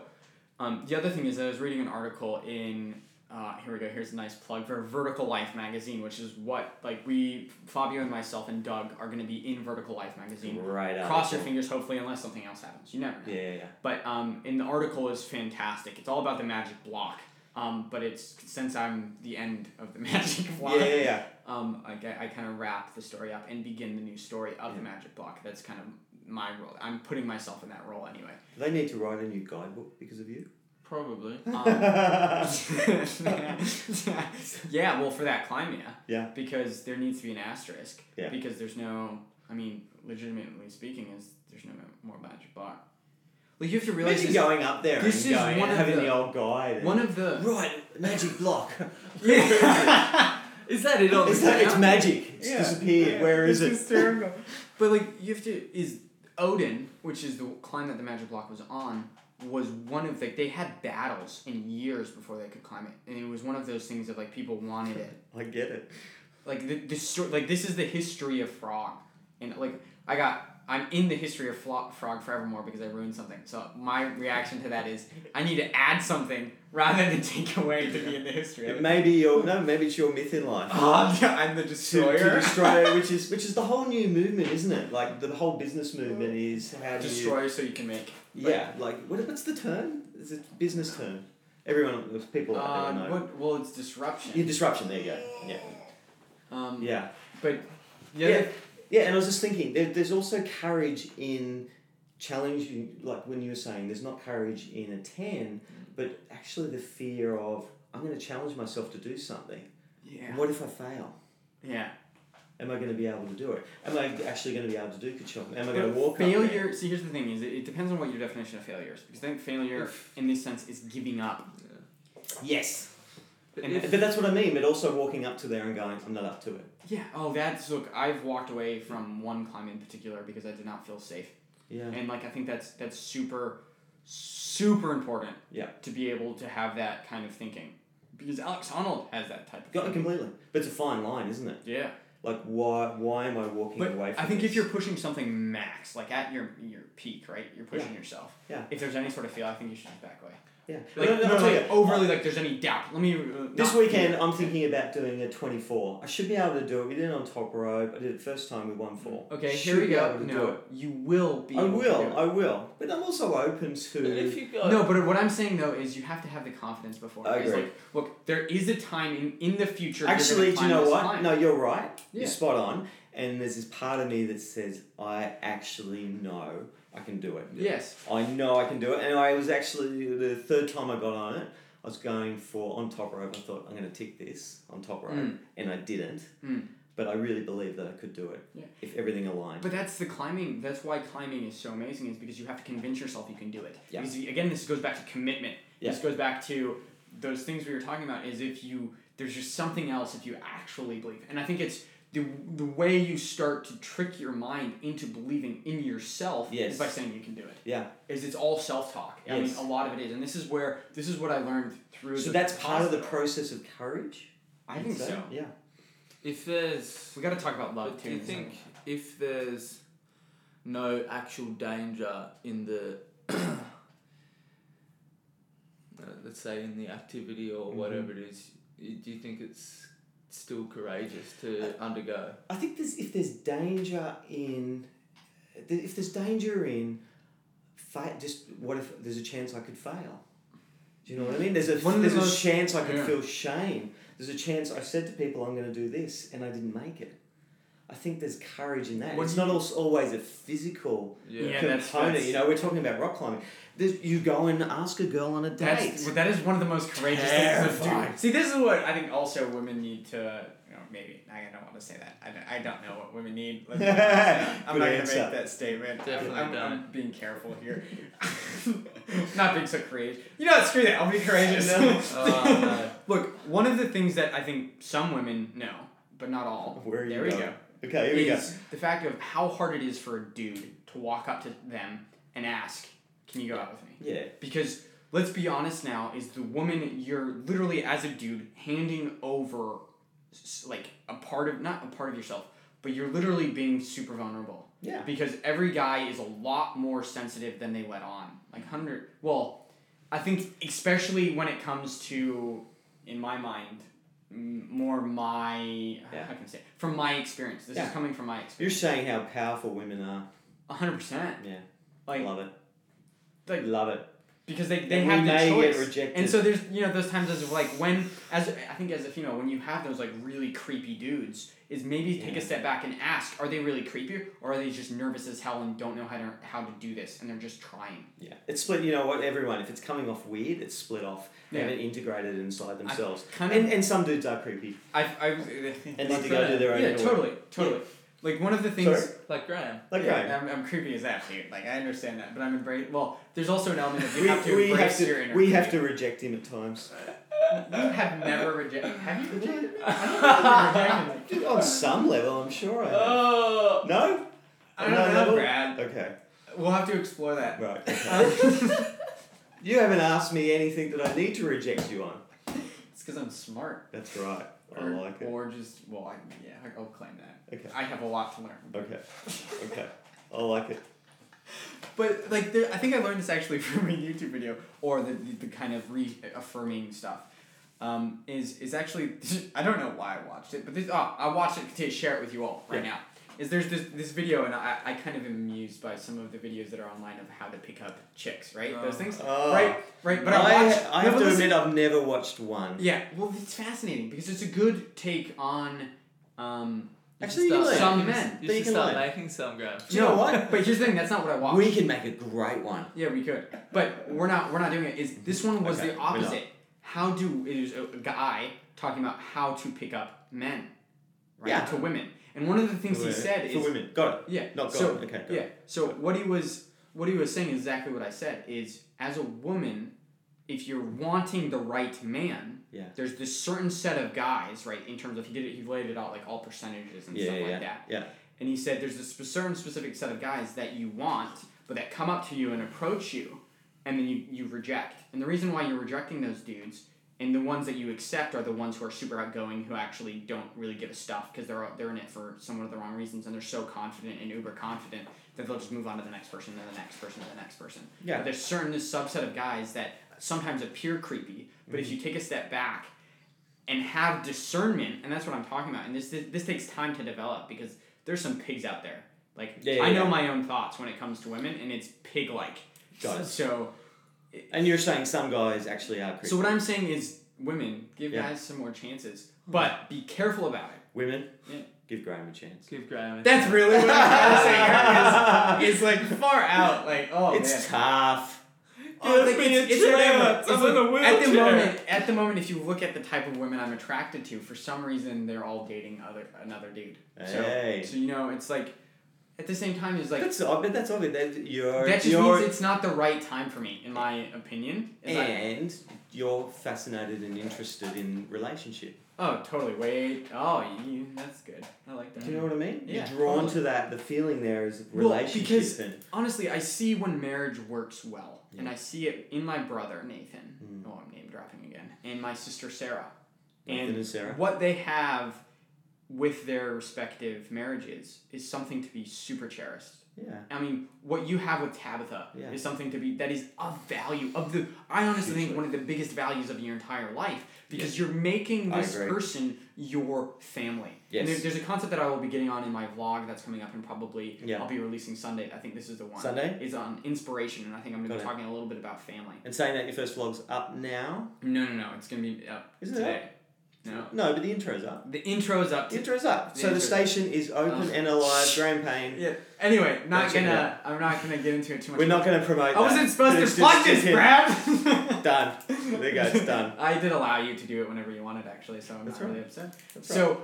S4: um, the other thing is I was reading an article in uh, here we go. Here's a nice plug for Vertical Life magazine, which is what like we Fabio and myself and Doug are going to be in Vertical Life magazine.
S2: Right up.
S4: Cross your fingers, hopefully, unless something else happens. You never know.
S2: Yeah, yeah, yeah.
S4: But um, and the article is fantastic. It's all about the magic block. Um, but it's since I'm the end of the magic block.
S2: Yeah, yeah, yeah.
S4: Um, I, I kind of wrap the story up and begin the new story of the
S2: Yeah.
S4: magic block. That's kind of my role. I'm putting myself in that role anyway.
S2: Do they need to write a new guidebook because of you?
S3: Probably.
S4: Um,
S2: yeah.
S4: yeah, well, for that climb, yeah.
S2: Yeah.
S4: Because there needs to be an asterisk.
S2: Yeah.
S4: Because there's no, I mean, legitimately speaking, is there's no more magic block. Like you have to realize
S2: Imagine
S4: this,
S2: going up there
S4: this
S2: and
S4: is
S2: going
S4: one
S2: and
S4: of
S2: having
S4: the-
S2: the, old guide. and-
S4: one of the
S2: right, magic block.
S4: yeah. Is that it on
S2: It's,
S4: the
S2: like, it's
S4: ground?
S2: magic. It's
S4: Yeah.
S2: disappeared.
S4: Yeah.
S2: Where is
S4: It's
S2: it?
S4: hysterical. but like you have to is Odin, which is the climb that the magic block was on, was one of like they had battles in years before they could climb it, and it was one of those things of like people wanted it.
S2: I get it.
S4: Like the, the story, like this is the history of Frog, and like I got. I'm in the history of Flo- Frog Forevermore because I ruined something. So my reaction to that is I need to add something rather than take away to be in the history. of it.
S2: Maybe your no, maybe it's your myth in life.
S4: Ah, yeah, I'm the
S2: to,
S4: destroyer.
S2: to destroy, which is which is the whole new movement, isn't it? Like the whole business movement is how do you
S4: destroyer, so you can make.
S2: Yeah, like what, what's the term? Is it business term? Everyone, there's people out there
S4: Uh,
S2: know.
S4: what? Well, it's
S2: Yeah,
S4: disruption.
S2: disruption. There you go. Yeah,
S4: Um,
S2: yeah,
S4: But the
S2: yeah,
S4: other,
S2: yeah. And I was just thinking, there, there's also courage in challenging. Like when you were saying, there's not courage in a ten, but actually the fear of I'm going to challenge myself to do something.
S4: yeah,
S2: What if I fail?
S4: yeah.
S2: Am I going to be able to do it? Am I actually going to be able to do Kachong? Am I going to walk up there?
S4: failure. See, here's the thing: is it, it depends on what your definition of failure is. Because I think failure, in this sense, is giving up.
S2: Yes.
S3: But
S4: And
S3: if-
S2: But that's what I mean. But also walking up to there and going, I'm not up to it.
S4: Yeah. Oh, that's look. I've walked away from one climb in particular because I did not feel safe,
S2: Yeah.
S4: and like I think that's that's super, super important.
S2: Yeah.
S4: To be able to have that kind of thinking, because Alex Honnold has that type of.
S2: Got it
S4: thinking.
S2: completely. But it's a fine line, isn't it?
S4: Yeah.
S2: Like, why why am I walking
S4: But
S2: away from
S4: I think
S2: this?
S4: if you're pushing something max, like at your your peak, right? You're pushing yourself.
S2: Yeah.
S4: If there's any sort of feel, I think you should just back away.
S2: Yeah.
S4: Like,
S2: No, no,
S4: not
S2: I'll tell
S4: like
S2: you.
S4: overly, like there's any doubt. Let me. Uh,
S2: This
S4: not-
S2: weekend, I'm thinking about doing a 24. I should be able to do it. We did it on top rope. I did it first time with one fall.
S4: Okay,
S2: should
S4: here we
S2: be
S4: go.
S2: Able to
S4: No,
S2: do it.
S4: you will be.
S2: I
S4: able to do
S2: will.
S4: it.
S2: I will. But I'm also open to.
S3: if you got
S4: No, but what I'm saying though is you have to have the confidence before.
S2: I
S4: It's
S2: agree.
S4: like, look, there is a time in, in the future. you're gonna
S2: Actually, do you
S4: climb
S2: know
S4: this
S2: what?
S4: climb.
S2: No, you're right.
S4: Yeah.
S2: You're spot on. And there's this part of me that says, I actually know I can do it.
S4: Yes.
S2: I know I can do it. And I was actually, the third time I got on it, I was going for on top rope. I thought, I'm going to tick this on top rope.
S4: Mm.
S2: And I didn't.
S4: Mm.
S2: But I really believe that I could do it
S4: Yeah.
S2: if everything aligned.
S4: But that's the climbing. That's why climbing is so amazing. Is because you have to convince yourself you can do it.
S2: Yeah.
S4: Because again, this goes back to commitment. This goes back to those things we were talking about. Is if you there's just something else if you actually believe, and I think it's the the way you start to trick your mind into believing in yourself
S2: Yes.
S4: is by saying you can do it.
S2: Yeah.
S4: Is it's all self talk. I mean,
S2: Yes.
S4: a lot of it is, and this is where this is what I learned through.
S2: so
S4: the
S2: that's part of the
S4: hospital.
S2: process of courage?
S4: I think
S2: You'd say?
S4: so.
S2: Yeah.
S3: if there's
S4: We got to talk about love
S3: But
S4: too.
S3: do you
S4: in a second.
S3: think if there's no actual danger in the, uh, let's say in the activity or
S2: Mhm.
S3: whatever it is, y- do you think it's still courageous to undergo?
S2: I think there's, if there's danger in, if there's danger in, fa- just what if there's a chance I could fail? Do you know what I mean? There's a
S4: One of the
S2: there's
S4: most-
S2: a chance I could
S4: yeah.
S2: feel shame. There's a chance I said to people I'm going to do this and I didn't make it. I think there's courage in that.
S4: What
S2: it's
S4: do you-
S2: not als- always a physical
S4: Yeah,
S2: component.
S4: that's-
S2: you know, we're talking about rock climbing. There's, you go and ask a girl on a date.
S4: That's, well, that is one of the most courageous things to do.
S2: Terrifying.
S4: See, this is what I think also women need to, you know, maybe, I don't want to say that. I don't, I don't know what women need. Let's be honest. I'm not
S2: Good
S4: going to
S2: answer.
S4: make that statement. I'm-
S3: Definitely
S4: I'm, I'm,
S3: don't.
S4: being careful here. not being so courageous. You know what, screw that. I'll be courageous.
S3: Oh, no.
S4: Look, one of the things that I think some women know, but not all.
S2: Where are you
S4: there we
S2: going?
S4: go
S2: Okay, here we go.
S4: is the fact of how hard it is for a dude to walk up to them and ask, "Can you go out with me?"
S2: Yeah.
S4: Because let's be honest now, is the woman you're literally as a dude handing over, s- like a part of not a part of yourself, but you're literally being super vulnerable.
S2: Yeah.
S4: Because every guy is a lot more sensitive than they let on. Like hundred. Well, I think especially when it comes to in my mind, m- more my
S2: Yeah.
S4: how can I say it? from my experience. This
S2: Yeah.
S4: is coming from my experience.
S2: You're saying how powerful women are.
S4: A hundred percent.
S2: Yeah.
S4: Like
S2: Love it.
S4: like-
S2: Love it.
S4: because they, they
S2: And we
S4: have the
S2: may get
S4: choice.
S2: rejected.
S4: And so there's you know those times as of like when as I think as a female when you have those like really creepy dudes is maybe take
S2: Yeah.
S4: a step back and ask are they really creepy or are they just nervous as hell and don't know how to how to do this and they're just trying.
S2: Yeah. It's split, you know what, everyone, if it's coming off weird, it's split off. They
S4: Yeah.
S2: haven't integrated it inside themselves.
S4: Kind of
S2: and, and some dudes are creepy.
S4: I I
S2: And need to go do their own
S4: yeah
S2: little-
S4: totally totally like one of the things.
S2: Sorry?
S3: Like Graham.
S2: Like,
S4: yeah,
S2: Graham.
S4: I'm, I'm creepy as that dude. Like I understand that, but I'm embrace. Well, there's also an element of you
S2: we,
S4: have to
S2: we
S4: embrace
S2: have
S4: your
S2: to,
S4: inner.
S2: we have to
S4: creep.
S2: reject him at times.
S4: You have never rejected. Have you rejected? me? I don't think you've rejected me.
S2: Dude, on some level, I'm sure I have.
S4: Uh.
S3: Oh.
S2: No?
S4: I don't
S2: Another
S4: know,
S2: level?
S4: Brad.
S2: Okay.
S4: We'll have to explore that.
S2: Right.
S4: Um,
S2: Okay. you haven't asked me anything that I need to reject you on.
S4: it's because I'm smart.
S2: That's right. I
S4: or,
S2: like it.
S4: Or just well, I, yeah, I'll claim that.
S2: Okay.
S4: I have a lot to learn.
S2: Okay. Okay. I like it.
S4: But like, there, I think I learned this actually from a YouTube video or the the, the kind of reaffirming stuff. Um, is is actually I don't know why I watched it, but this oh, I watched it to share it with you all right
S2: Yeah.
S4: now. Is there's this this video and I, I kind of am amused by some of the videos that are online of how to pick up chicks, right? Those
S3: Oh.
S4: things.
S2: Oh.
S4: Right, right. But
S2: I,
S4: I watched
S2: I
S4: no,
S2: have
S4: but
S2: to
S4: listen-
S2: admit, I've never watched one.
S4: Yeah, well, it's fascinating because it's a good take on um,
S2: Actually,
S4: stuff.
S2: you learn.
S4: some
S2: You
S4: men.
S2: But
S3: You
S2: you
S3: should
S2: can
S3: start
S2: learn.
S3: making some, Graham.
S2: Do you know what?
S4: But here's the thing: that's not what I watched.
S2: We can make a great one.
S4: yeah, we could, but we're not. We're not doing it. Is this one was
S2: Okay,
S4: the
S2: we're not.
S4: opposite? How do it was a a guy talking about how to pick up men, right?
S2: Yeah.
S4: To women, and one of the things he said
S2: For
S4: is
S2: women. Got
S4: yeah.
S2: Not God.
S4: so,
S2: Okay, God.
S4: Yeah. So what he was what he was saying is exactly what I said is as a woman, if you're wanting the right man,
S2: Yeah.
S4: there's this certain set of guys, right, in terms of he did it he laid it out like all percentages and
S2: Yeah,
S4: stuff
S2: yeah,
S4: like that.
S2: yeah.
S4: And he said there's this sp- certain specific set of guys that you want, but that come up to you and approach you, and then you, you reject. And the reason why you're rejecting those dudes and the ones that you accept are the ones who are super outgoing, who actually don't really give a stuff because they're they're in it for somewhat of the wrong reasons, and they're so confident and uber confident that they'll just move on to the next person, and the next person, and the next person.
S2: Yeah.
S4: But there's certain this subset of guys that sometimes appear creepy, but
S2: Mm-hmm.
S4: if you take a step back and have discernment, and that's what I'm talking about. And this this, this takes time to develop because there's some pigs out there. Like
S2: Yeah, yeah,
S4: I know
S2: yeah.
S4: my own thoughts when it comes to women, and it's pig like.
S2: Got it.
S4: So
S2: it. And you're saying some guys actually are creepy.
S4: so what I'm saying is, women give
S2: Yeah.
S4: guys some more chances, but be careful about it.
S2: Women,
S4: Yeah.
S2: give Graham a chance.
S3: Give Graham. a
S4: That's
S3: chance.
S4: really what I'm trying to say. here, Is, is like far out. Like oh
S2: it's
S4: man.
S2: tough.
S4: Oh,
S3: Give
S4: like,
S3: me
S4: it's,
S3: a
S4: it's whatever.
S3: chance.
S4: It's
S3: I'm in a
S4: like- at the
S3: wheelchair.
S4: moment, at the moment, if you look at the type of women I'm attracted to, for some reason they're all dating other another dude. So,
S2: Hey.
S4: so you know, it's like, at the same time, it's like
S2: that's obvious. That's obvious. That you're,
S4: that just
S2: you're,
S4: means it's not the right time for me, in my opinion. It's like-
S2: and you're fascinated and interested in relationship.
S4: oh, totally. Wait. Oh, you, that's good. I like that.
S2: Do you know what I mean?
S4: Yeah,
S2: you're drawn
S4: totally.
S2: to that. The feeling there is
S4: Well,
S2: relationship.
S4: because-
S2: and,
S4: honestly, I see when marriage works well, and I see it in my brother Nathan. Oh, I'm name dropping again, and my sister Sarah,
S2: Mm. Nathan
S4: and
S2: and Sarah.
S4: what they have with their respective marriages is something to be super cherished.
S2: yeah.
S4: I mean, what you have with Tabitha
S2: Yeah.
S4: is something to be that is of value of the. I honestly
S2: Hugely.
S4: think one of the biggest values of your entire life because you're making
S2: I
S4: this
S2: agree.
S4: person your family.
S2: Yes.
S4: And there, there's a concept that I will be getting on in my vlog that's coming up and probably
S2: Yeah.
S4: I'll be releasing Sunday. I think this is the one.
S2: Sunday?
S4: is on inspiration, and I think I'm gonna be
S2: Got
S4: talking a little bit about family.
S2: And saying that your first vlog's up now.
S4: No, no, no. It's gonna be up
S2: Isn't it
S4: today. No.
S2: No, but the intro's up.
S4: The intro is up.
S2: The
S4: To-
S2: intro's up.
S4: The
S2: so the
S4: intro's
S2: station is open
S4: Um,
S2: and alive. Graham Payne.
S4: yeah. Anyway, not
S2: Let's check it
S4: gonna. I'm not gonna get into it too much.
S2: We're not going to promote.
S4: I wasn't
S2: that,
S4: supposed
S2: but
S4: to
S2: it's
S4: plug this,
S2: just- yeah.
S4: Brad.
S2: Done. There you go. It's done.
S4: I did allow you to do it whenever you wanted, actually, so I'm
S2: That's
S4: not really
S2: right.
S4: upset.
S2: That's
S4: so,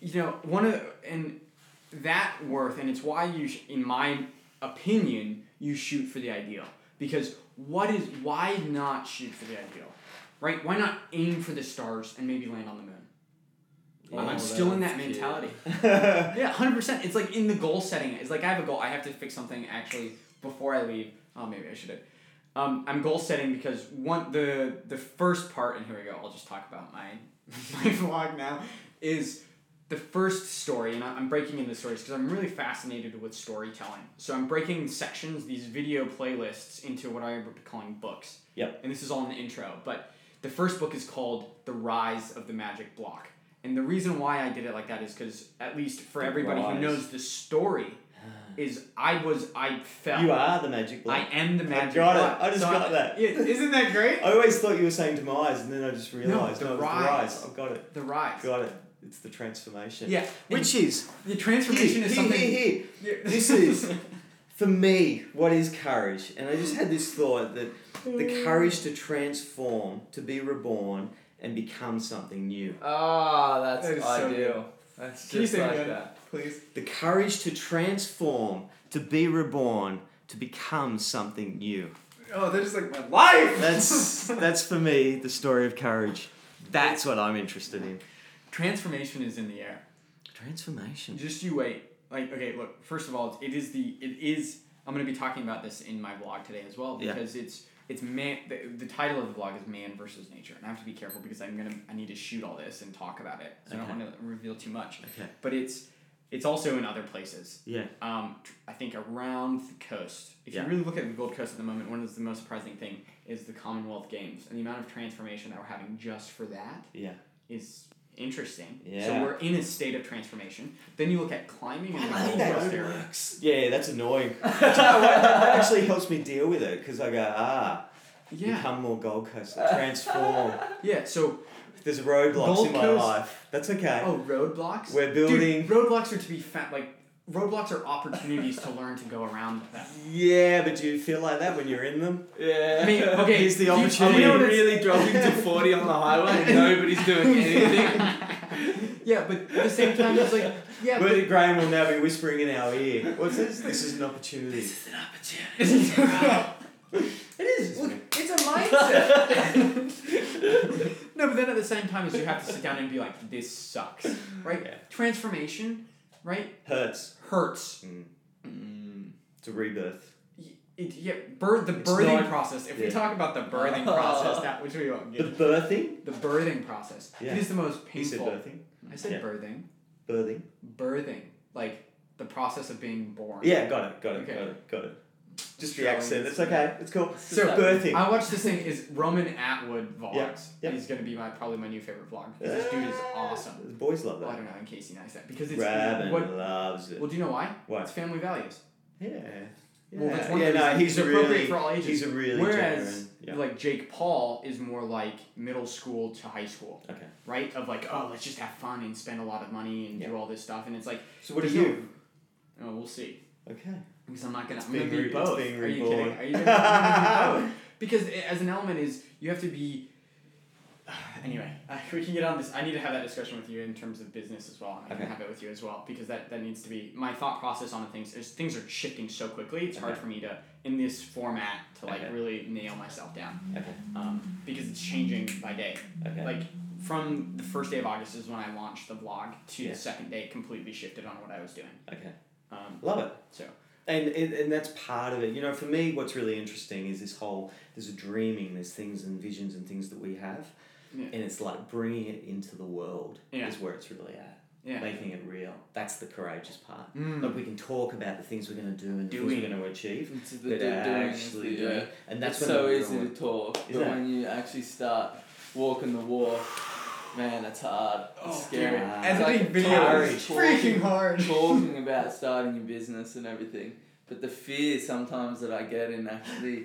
S4: you know, one of the, and that worth, and it's why you, sh- in my opinion, you shoot for the ideal because what is why not shoot for the ideal, right? Why not aim for the stars and maybe land on the moon?
S3: Yeah.
S4: I'm
S3: Oh,
S4: still in
S3: that's
S4: that
S3: cute.
S4: mentality.
S2: right.
S4: Yeah, hundred percent. It's like in the goal setting. It's like I have a goal. I have to fix something actually before I leave. Oh, maybe I should have. Um, I'm goal setting because one the the first part, and here we go. I'll just talk about my my vlog now. Is the first story, and I- I'm breaking into stories because I'm really fascinated with storytelling. So I'm breaking sections, these video playlists, into what I'm calling books.
S2: Yep.
S4: And this is all in the intro, but The first book is called The Rise of the Magic Block. And the reason why I did it like that is because, at least for
S2: The
S4: everybody who
S2: rise.
S4: knows the story, is I was, I felt.
S2: You are the magic
S4: I
S2: block.
S4: am the magic
S2: got it.
S4: block.
S2: I just
S4: So
S2: got that.
S4: Yeah, isn't that great?
S2: I always thought you were saying demise, and then I just realised
S4: the
S2: no, it was
S4: rise.
S2: the rise. I've got it.
S4: The Rise.
S2: Got it. It's the transformation.
S4: Yeah.
S2: Which is
S4: The transformation
S2: here,
S4: is
S2: here,
S4: something.
S2: here, here. This is for me what is courage, and I just had this thought that the courage to transform, to be reborn, and become something new.
S3: Ah, that's
S4: That is so
S3: ideal. that's
S4: Can you
S3: just
S4: say it
S3: like
S4: again?
S3: that.
S4: please.
S2: The courage to transform, to be reborn, to become something new.
S4: Oh, they're just like my life.
S2: That's that's for me the story of courage. That's what I'm interested in.
S4: transformation is in the air.
S2: Transformation.
S4: Just you wait. Like, okay, look, first of all, it is the, it is, I'm going to be talking about this in my blog today as well
S2: Yeah.
S4: because it's, it's man, the, the title of the blog is Man versus Nature. And I have to be careful because I'm going to, I need to shoot all this and talk about it. So I
S2: Okay.
S4: don't want to reveal too much.
S2: Okay.
S4: But it's, it's also in other places.
S2: Yeah.
S4: um, tr- I think around the coast. If
S2: Yeah.
S4: you really look at the Gold Coast at the moment, one of the most surprising thing is the Commonwealth Games and the amount of transformation that we're having just for that
S2: Yeah.
S4: is interesting. So
S2: Yeah.
S4: we're in a state of transformation. Then you look at climbing and the Gold Coast area.
S2: Yeah, that's annoying. Do you know what? that actually helps me deal with it because I go, ah,
S4: Yeah,
S2: become more Gold Coast, transform.
S4: yeah. So
S2: There's roadblocks
S4: Gold
S2: in my
S4: Coast-
S2: life. That's okay.
S4: oh, roadblocks.
S2: We're building.
S4: Dude, roadblocks are to be fat. Like roadblocks are opportunities to learn to go around them.
S2: Yeah, but do you feel like that when you're in them?
S3: Yeah.
S4: I mean, okay.
S2: Here's the
S4: do you-
S2: opportunity.
S4: You know what it's-
S3: really dropping to 40 on the highway and nobody's doing anything?
S4: yeah, but at the same time, it's like yeah, but
S2: But Graham will now be whispering in our ear. What's this? This is an opportunity.
S3: It's an opportunity.
S2: It is. Look,
S4: It's a mindset. no, but then at the same time, is you have to sit down and be like, this sucks, right?
S2: Yeah.
S4: Transformation, right?
S2: hurts.
S4: Hurts.
S2: It's a rebirth.
S4: It, yeah, birth, the
S2: It's
S4: birthing
S2: not-
S4: process. If we
S2: yeah.
S4: talk about the birthing process, that which we won't
S2: The
S4: get.
S2: birthing.
S4: The birthing process.
S2: Yeah.
S4: It is the most
S2: He said
S4: painful.
S2: birthing.
S4: I said
S2: Yeah.
S4: birthing.
S2: Birthing.
S4: Birthing. Like the process of being born.
S2: Yeah, got it. Got it.
S4: Okay.
S2: Got it. Got it. Just the
S4: Showing
S2: accent. It's
S4: this-
S2: okay. It's cool.
S4: So,
S2: birthing.
S4: I watched this thing is Roman Atwood vlogs.
S2: Yeah, yeah.
S4: He's gonna be my probably my new favorite vlog. 'cause This dude is awesome.
S2: The boys love
S4: Well, I
S2: that.
S4: don't know, in Casey Neistat, because it's
S2: Rabin
S4: what.
S2: loves it.
S4: Well, do you know why?
S2: Why?
S4: It's family values.
S2: Yeah.
S4: Well, that's one
S2: yeah,
S4: of the
S2: no,
S4: reasons
S2: he's
S4: it's appropriate
S2: really,
S4: for all ages.
S2: he's a really
S4: Whereas,
S2: genuine. Yeah.
S4: like Jake Paul is more like middle school to high school,
S2: okay.
S4: right? Of like, oh, let's just have fun and spend a lot of money and
S2: Yeah.
S4: do all this stuff, and it's like,
S2: So what are
S4: there's
S2: you?
S4: No, oh, we'll see.
S2: Okay.
S4: Because I'm not gonna.
S2: It's
S4: I'm gonna
S2: being
S4: be
S2: re- it's
S4: both.
S2: being
S4: Are you
S2: reborn.
S4: kidding? Are you kidding? I'm gonna be both. Because i- as an element is you have to be. Anyway, uh, we can get on this. I need to have that discussion with you in terms of business as well. and I
S2: Okay.
S4: can have it with you as well because that, that needs to be my thought process on things. Is things are shifting so quickly. It's hard
S2: Okay.
S4: for me to in this format to like
S2: Okay.
S4: really nail myself down
S2: Okay.
S4: um, because it's changing by day.
S2: Okay.
S4: Like from the first day of August is when I launched the vlog to
S2: Yeah.
S4: the second day completely shifted on what I was doing.
S2: okay.
S4: Um,
S2: Love it.
S4: so
S2: and, and and that's part of it you know for me what's really interesting is this whole there's a dreaming there's things and visions and things that we have
S4: Yeah.
S2: and it's like bringing it into the world
S4: Yeah.
S2: is where it's really at
S4: yeah.
S2: making it real that's the courageous part
S4: Mm.
S2: like we can talk about the things we're going to do and the things
S4: Doing.
S2: we're going to achieve
S3: It's the
S2: but
S3: do- doing is
S2: actually
S3: the,
S2: doing
S3: uh,
S2: it. and that's
S3: it's
S2: when
S3: so
S2: the real
S3: easy to
S2: work-
S3: talk,
S2: Isn't
S3: but
S2: it?
S3: when you actually start walking the walk, man, it's hard.
S4: Oh,
S3: It's scary.
S2: dude,
S3: It's like
S4: editing video is
S3: it's talking-
S4: freaking hard.
S3: Talking about starting your business and everything, but the fear sometimes that I get in actually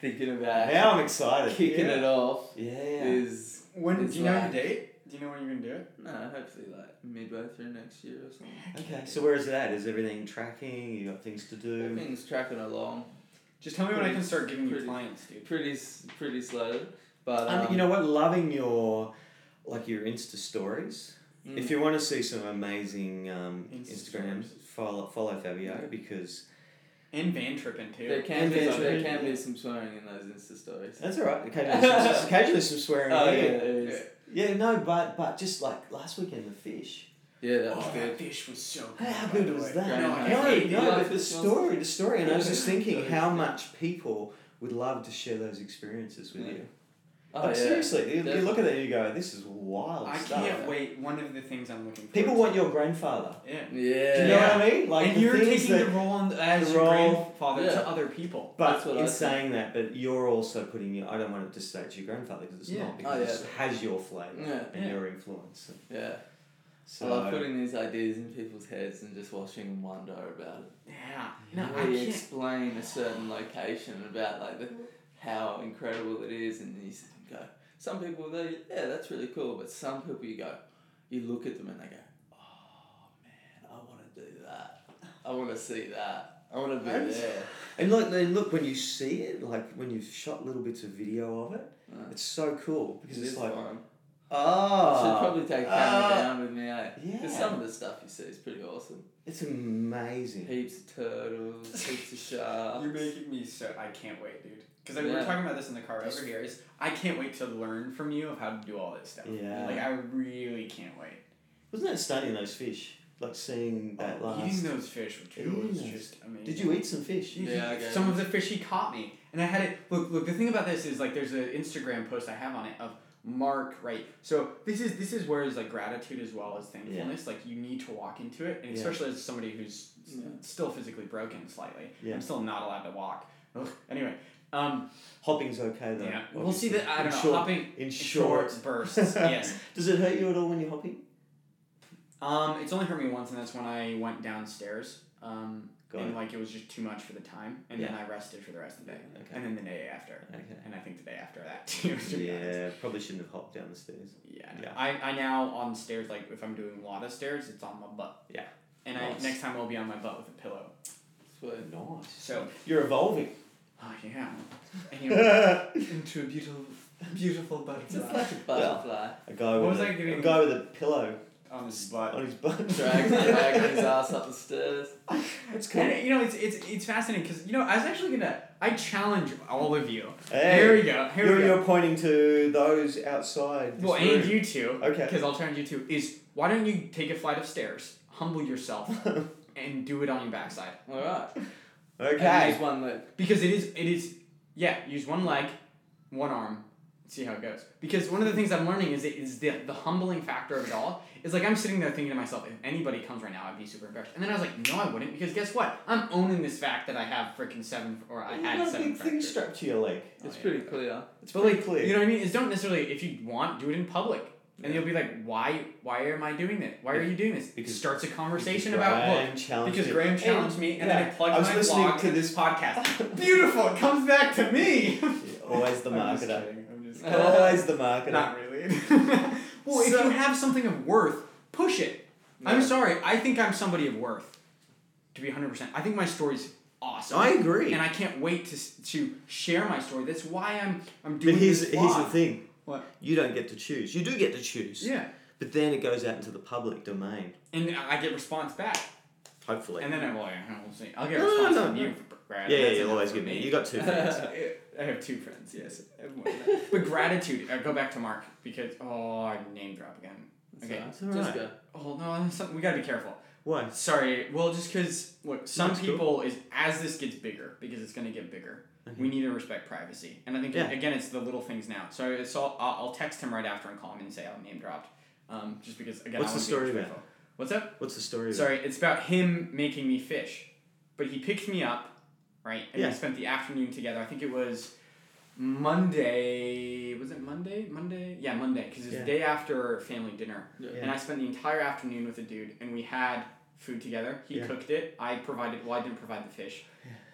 S3: thinking about
S2: now I'm excited
S3: kicking
S2: yeah.
S3: it off
S2: yeah
S3: is
S4: When
S3: It's
S4: do you know your
S3: like-
S4: date? Do you know when you're gonna do it?
S3: no, hopefully like midway through next year or something.
S2: okay so where is that is everything tracking you got things to do
S3: Everything's tracking along
S4: Just tell me when I can start giving you
S3: Pretty-
S4: clients, dude.
S3: pretty s- pretty slow, but um,
S2: and you know what loving your like your insta stories
S3: mm,
S2: If you want to see some amazing um,
S4: Insta
S2: Instagrams, follow, follow Fabio because
S4: And Van Trippin too.
S3: there can be
S2: Inventory,
S3: some, there can
S2: yeah.
S3: be some swearing in those Insta stories.
S2: that's all right. Occasionally, some, occasionally some swearing.
S3: Oh yeah,
S2: here.
S3: there is.
S2: yeah, no, but but just like last weekend, the fish.
S3: Yeah, that was
S4: oh,
S3: good.
S4: that fish was so good.
S2: How
S4: by
S2: good
S4: the
S2: was
S4: way.
S2: that?
S3: Graham,
S4: No,
S3: I
S4: I
S2: no,
S4: hate
S2: no,
S3: the
S2: but
S3: life
S2: the
S3: is-
S2: story, the story, and I was just thinking
S3: Yeah.
S2: how much people would love to share those experiences with
S3: Yeah.
S2: you.
S3: Oh,
S2: like
S3: yeah.
S2: seriously, you, you
S3: Definitely.
S2: look at that and you go, this is wild
S4: I
S2: stuff.
S4: can't wait. One of the things I'm looking for.
S2: People want your grandfather.
S6: Yeah.
S2: Do
S3: Yeah.
S2: you know what I mean? Like
S6: and
S2: the
S6: you're
S2: things
S6: taking
S2: that,
S6: the role on, as
S2: the
S6: your
S2: role-
S6: grandfather
S3: Yeah.
S6: to other people.
S2: But
S3: That's what
S2: in
S3: I think.
S2: saying that, but you're also putting your. I don't want to just say it's your grandfather because it's
S6: Yeah.
S2: not because
S3: Oh, yeah.
S2: it has your flavour
S3: Yeah,
S2: and
S6: yeah.
S2: your influence. And
S3: Yeah.
S2: so
S3: I love putting these ideas in people's heads and just watching them wonder about it.
S6: Yeah. No,
S3: How
S6: I
S3: you
S6: can't.
S3: explain a certain location about like the, how incredible it is, and you s- go. Some people they yeah that's really cool, but some people you go, you look at them and they go, oh man, I want to do that. I want to see that. I want to
S4: I'm
S3: be
S4: s-
S3: there.
S2: and like they look when you see it, like when you've shot little bits of video of it,
S3: Uh,
S2: it's so cool because
S3: it
S2: it's
S3: is
S2: like
S3: fun.
S2: ah,
S3: I should probably take camera
S2: ah,
S3: down with me. Eh? 'Cause
S2: Yeah.
S3: some of the stuff you see is pretty awesome.
S2: It's amazing.
S3: Heaps of turtles, heaps of sharks.
S4: You're making me so. I can't wait, dude. Because we
S3: Yeah.
S4: were talking about this in the car over here. Is I can't wait to learn from you of how to do all this stuff.
S2: Yeah.
S4: Like I really can't wait.
S2: Wasn't that studying those fish? Like seeing that
S4: Oh,
S2: last.
S4: Eating those fish, which
S2: Eating
S4: was
S2: those.
S4: just amazing.
S2: Did you eat some fish?
S4: He-
S3: Yeah, I
S4: he-
S3: got
S4: some
S3: it.
S4: of the fish he caught me, and I had it. Look, look. The thing about this is like, there's an Instagram post I have on it of Mark, right? So this is this is where is like gratitude as well as thankfulness. Like you need to walk into it, and
S2: Yeah.
S4: especially as somebody who's s-
S3: Yeah.
S4: still physically broken slightly.
S2: Yeah.
S4: I'm still not allowed to walk. Ugh. Anyway, um,
S2: Hopping's okay though.
S4: yeah, we'll see that. I
S2: In
S4: don't know.
S2: short-
S4: Hopping
S2: In
S4: short,
S2: short.
S4: bursts. yes.
S2: Does it hurt you at all when you're hopping?
S4: Um, it's only hurt me once, and that's when I went downstairs. Um,
S2: Got
S4: and
S2: it.
S4: like it was just too much for the time, and then I rested for the rest of the day,
S2: Okay.
S4: and then the day after.
S2: Okay.
S4: and I think the day after that too. to be honest.
S2: Yeah, probably shouldn't have hopped down the stairs.
S4: Yeah. I know.
S2: Yeah.
S4: I, I now on stairs like if I'm doing a lot of stairs, it's on my butt.
S2: Yeah.
S4: And
S2: Nice.
S4: I next time I'll be on my butt with a pillow.
S3: Sweet.
S2: Nice.
S4: So
S2: You're evolving.
S4: oh yeah. Anyway,
S2: a
S4: into a beautiful, beautiful
S3: Just
S4: butterfly
S3: like a butterfly.
S2: guy
S4: What
S2: with
S4: was
S2: a,
S4: I getting-
S2: a guy with a pillow
S4: on his butt.
S2: on his butt.
S3: Drag, dragging his ass up the stairs.
S2: That's cool.
S4: And, you know it's it's it's fascinating because you know I was actually gonna I challenge all of you.
S2: Hey,
S4: Here we go. Here
S2: you're,
S4: we go.
S2: you're pointing to those outside. this
S4: Well, and
S2: room.
S4: you too.
S2: Okay.
S4: Because I'll challenge you too. Is why don't you take a flight of stairs, humble yourself, and do it on your backside.
S3: All right. And
S2: okay.
S3: use one leg.
S4: Because it is, it is, yeah, use one leg, one arm, see how it goes. Because one of the things I'm learning is it is the, the humbling factor of it all. Is like I'm sitting there thinking to myself, if anybody comes right now, I'd be super embarrassed. And then I was like, no, I wouldn't, because guess what? I'm owning this fact that I have freaking seven, or I
S2: You
S4: had
S2: got a
S4: seven
S2: big thing
S4: fractures.
S2: strapped to your leg.
S3: It's
S4: yeah.
S3: pretty clear.
S2: It's
S4: But
S2: pretty
S4: like,
S2: clear.
S4: you know what I mean? It's don't necessarily if you want do it in public, and
S3: Yeah.
S4: you'll be like, why? Why am I doing this? Why are you doing this?
S2: Because-
S4: starts a conversation
S2: Because
S4: about
S2: Graham
S4: book.
S2: challenged
S4: Because
S2: it.
S4: Graham challenged me, and then I
S2: yeah,
S4: plugged
S2: I was
S4: my
S2: listening
S4: blog
S2: to
S4: to
S2: this-
S4: this podcast. Beautiful, it comes back to me.
S2: Yeah, always the
S4: I'm just
S2: marketer.
S4: kidding, I'm just kidding.
S2: Always the marketer.
S4: Not really. well, if
S2: So-
S4: you have something of worth, push it. I'm
S3: Yeah.
S4: sorry. I think I'm somebody of worth. To be 100, percent I think my story's awesome.
S2: I agree.
S4: and I can't wait to, s- to share my story. That's why I'm I'm doing
S2: but here's
S4: this.
S2: here's the
S4: blog.
S2: thing.
S4: What?
S2: You don't get to choose. You do get to choose.
S4: Yeah,
S2: But then it goes out into the public domain.
S4: and I get response back,
S2: Hopefully.
S4: and then I'm like, we'll see. I'll get
S2: No, no,
S4: response
S2: no,
S4: from
S2: no.
S4: you, Brad.
S2: yeah, yeah,
S4: That's
S2: you'll
S4: enough
S2: always
S4: for
S2: give me. You got two friends.
S4: I have two friends. Yes, I have more than that. but gratitude. I go back to Mark because oh, I name drop again. Okay.
S3: So,
S2: It's all
S3: Just
S2: right.
S3: go.
S4: Oh no, that's something- we gotta be careful.
S2: Why?
S4: Sorry. Well, just because look, some
S2: That's cool.
S4: people is as this gets bigger because it's gonna get bigger. We need to respect privacy, and I think
S2: Mm-hmm. Yeah.
S4: again it's the little things now. So it's all, I'll, I'll text him right after and call him and say I'm name dropped, um, just because again.
S2: What's
S4: I wanna
S2: the
S4: be
S2: story about?
S4: respectful. What's up?
S2: What's the story? about-
S4: Sorry, it's about him making me fish. But he picked me up, right? And
S2: Yeah.
S4: we spent the afternoon together. I think it was Monday. Was it Monday? Monday? Yeah, Monday. Because it's
S2: Yeah.
S4: the day after family dinner.
S3: Yeah.
S4: And I spent the entire afternoon with a dude, and we had food together. He
S2: Yeah.
S4: cooked it. I provided, well, I didn't provide the fish.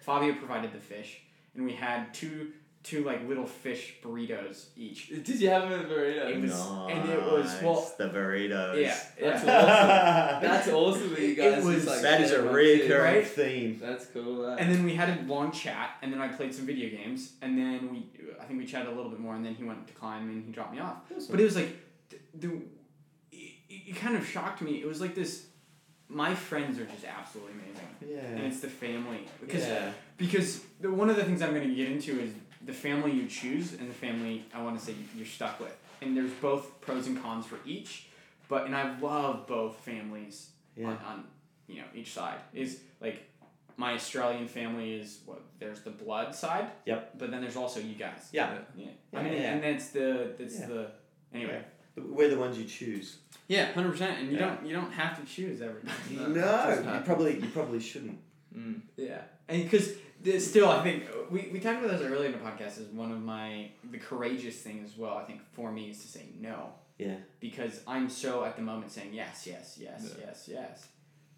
S4: Fabio provided the fish. And we had two, two like little fish burritos each.
S3: Did you have uh, him in the burrito?
S4: It was- and it was- well-
S2: Nice, the burritos.
S4: Yeah,
S3: That's
S4: yeah.
S3: awesome. That's awesome that you
S4: It
S3: guys just,
S4: was-
S3: like,
S2: that is a
S3: shared one too.
S2: recurring
S4: Right?
S2: theme.
S3: That's cool. eh?
S4: And then we had a long chat, and then I played some video games, and then we, I think we chatted a little bit more, and then he went to climb and he dropped me off. But it was like, the, the it, it kind of shocked me. It was like this. My friends are just absolutely amazing, and
S2: Yeah.
S4: it's the family because
S2: Yeah.
S4: because the, one of the things I'm going to get into is the family you choose and the family I want to say you're stuck with, and there's both pros and cons for each. But and I love both families
S2: Yeah.
S4: on, on you know each side is like my Australian family is what there's the blood side.
S2: Yep.
S4: But then there's also you guys.
S2: Yeah.
S4: Yeah.
S2: Yeah,
S4: I mean,
S2: yeah.
S4: and that's the that's
S2: Yeah.
S4: the anyway.
S2: We're the ones you choose.
S4: Yeah, hundred percent. And you
S2: Yeah.
S4: don't you don't have to choose every.
S2: No,
S3: just
S2: you
S3: not.
S2: probably you probably shouldn't.
S3: Mm.
S4: Yeah, and because still, I think we, we talked about this earlier in the podcast. Is one of my the courageous thing as well. I think for me is to say no.
S2: Yeah.
S4: Because I'm so at the moment saying yes, yes, yes, yes, yes.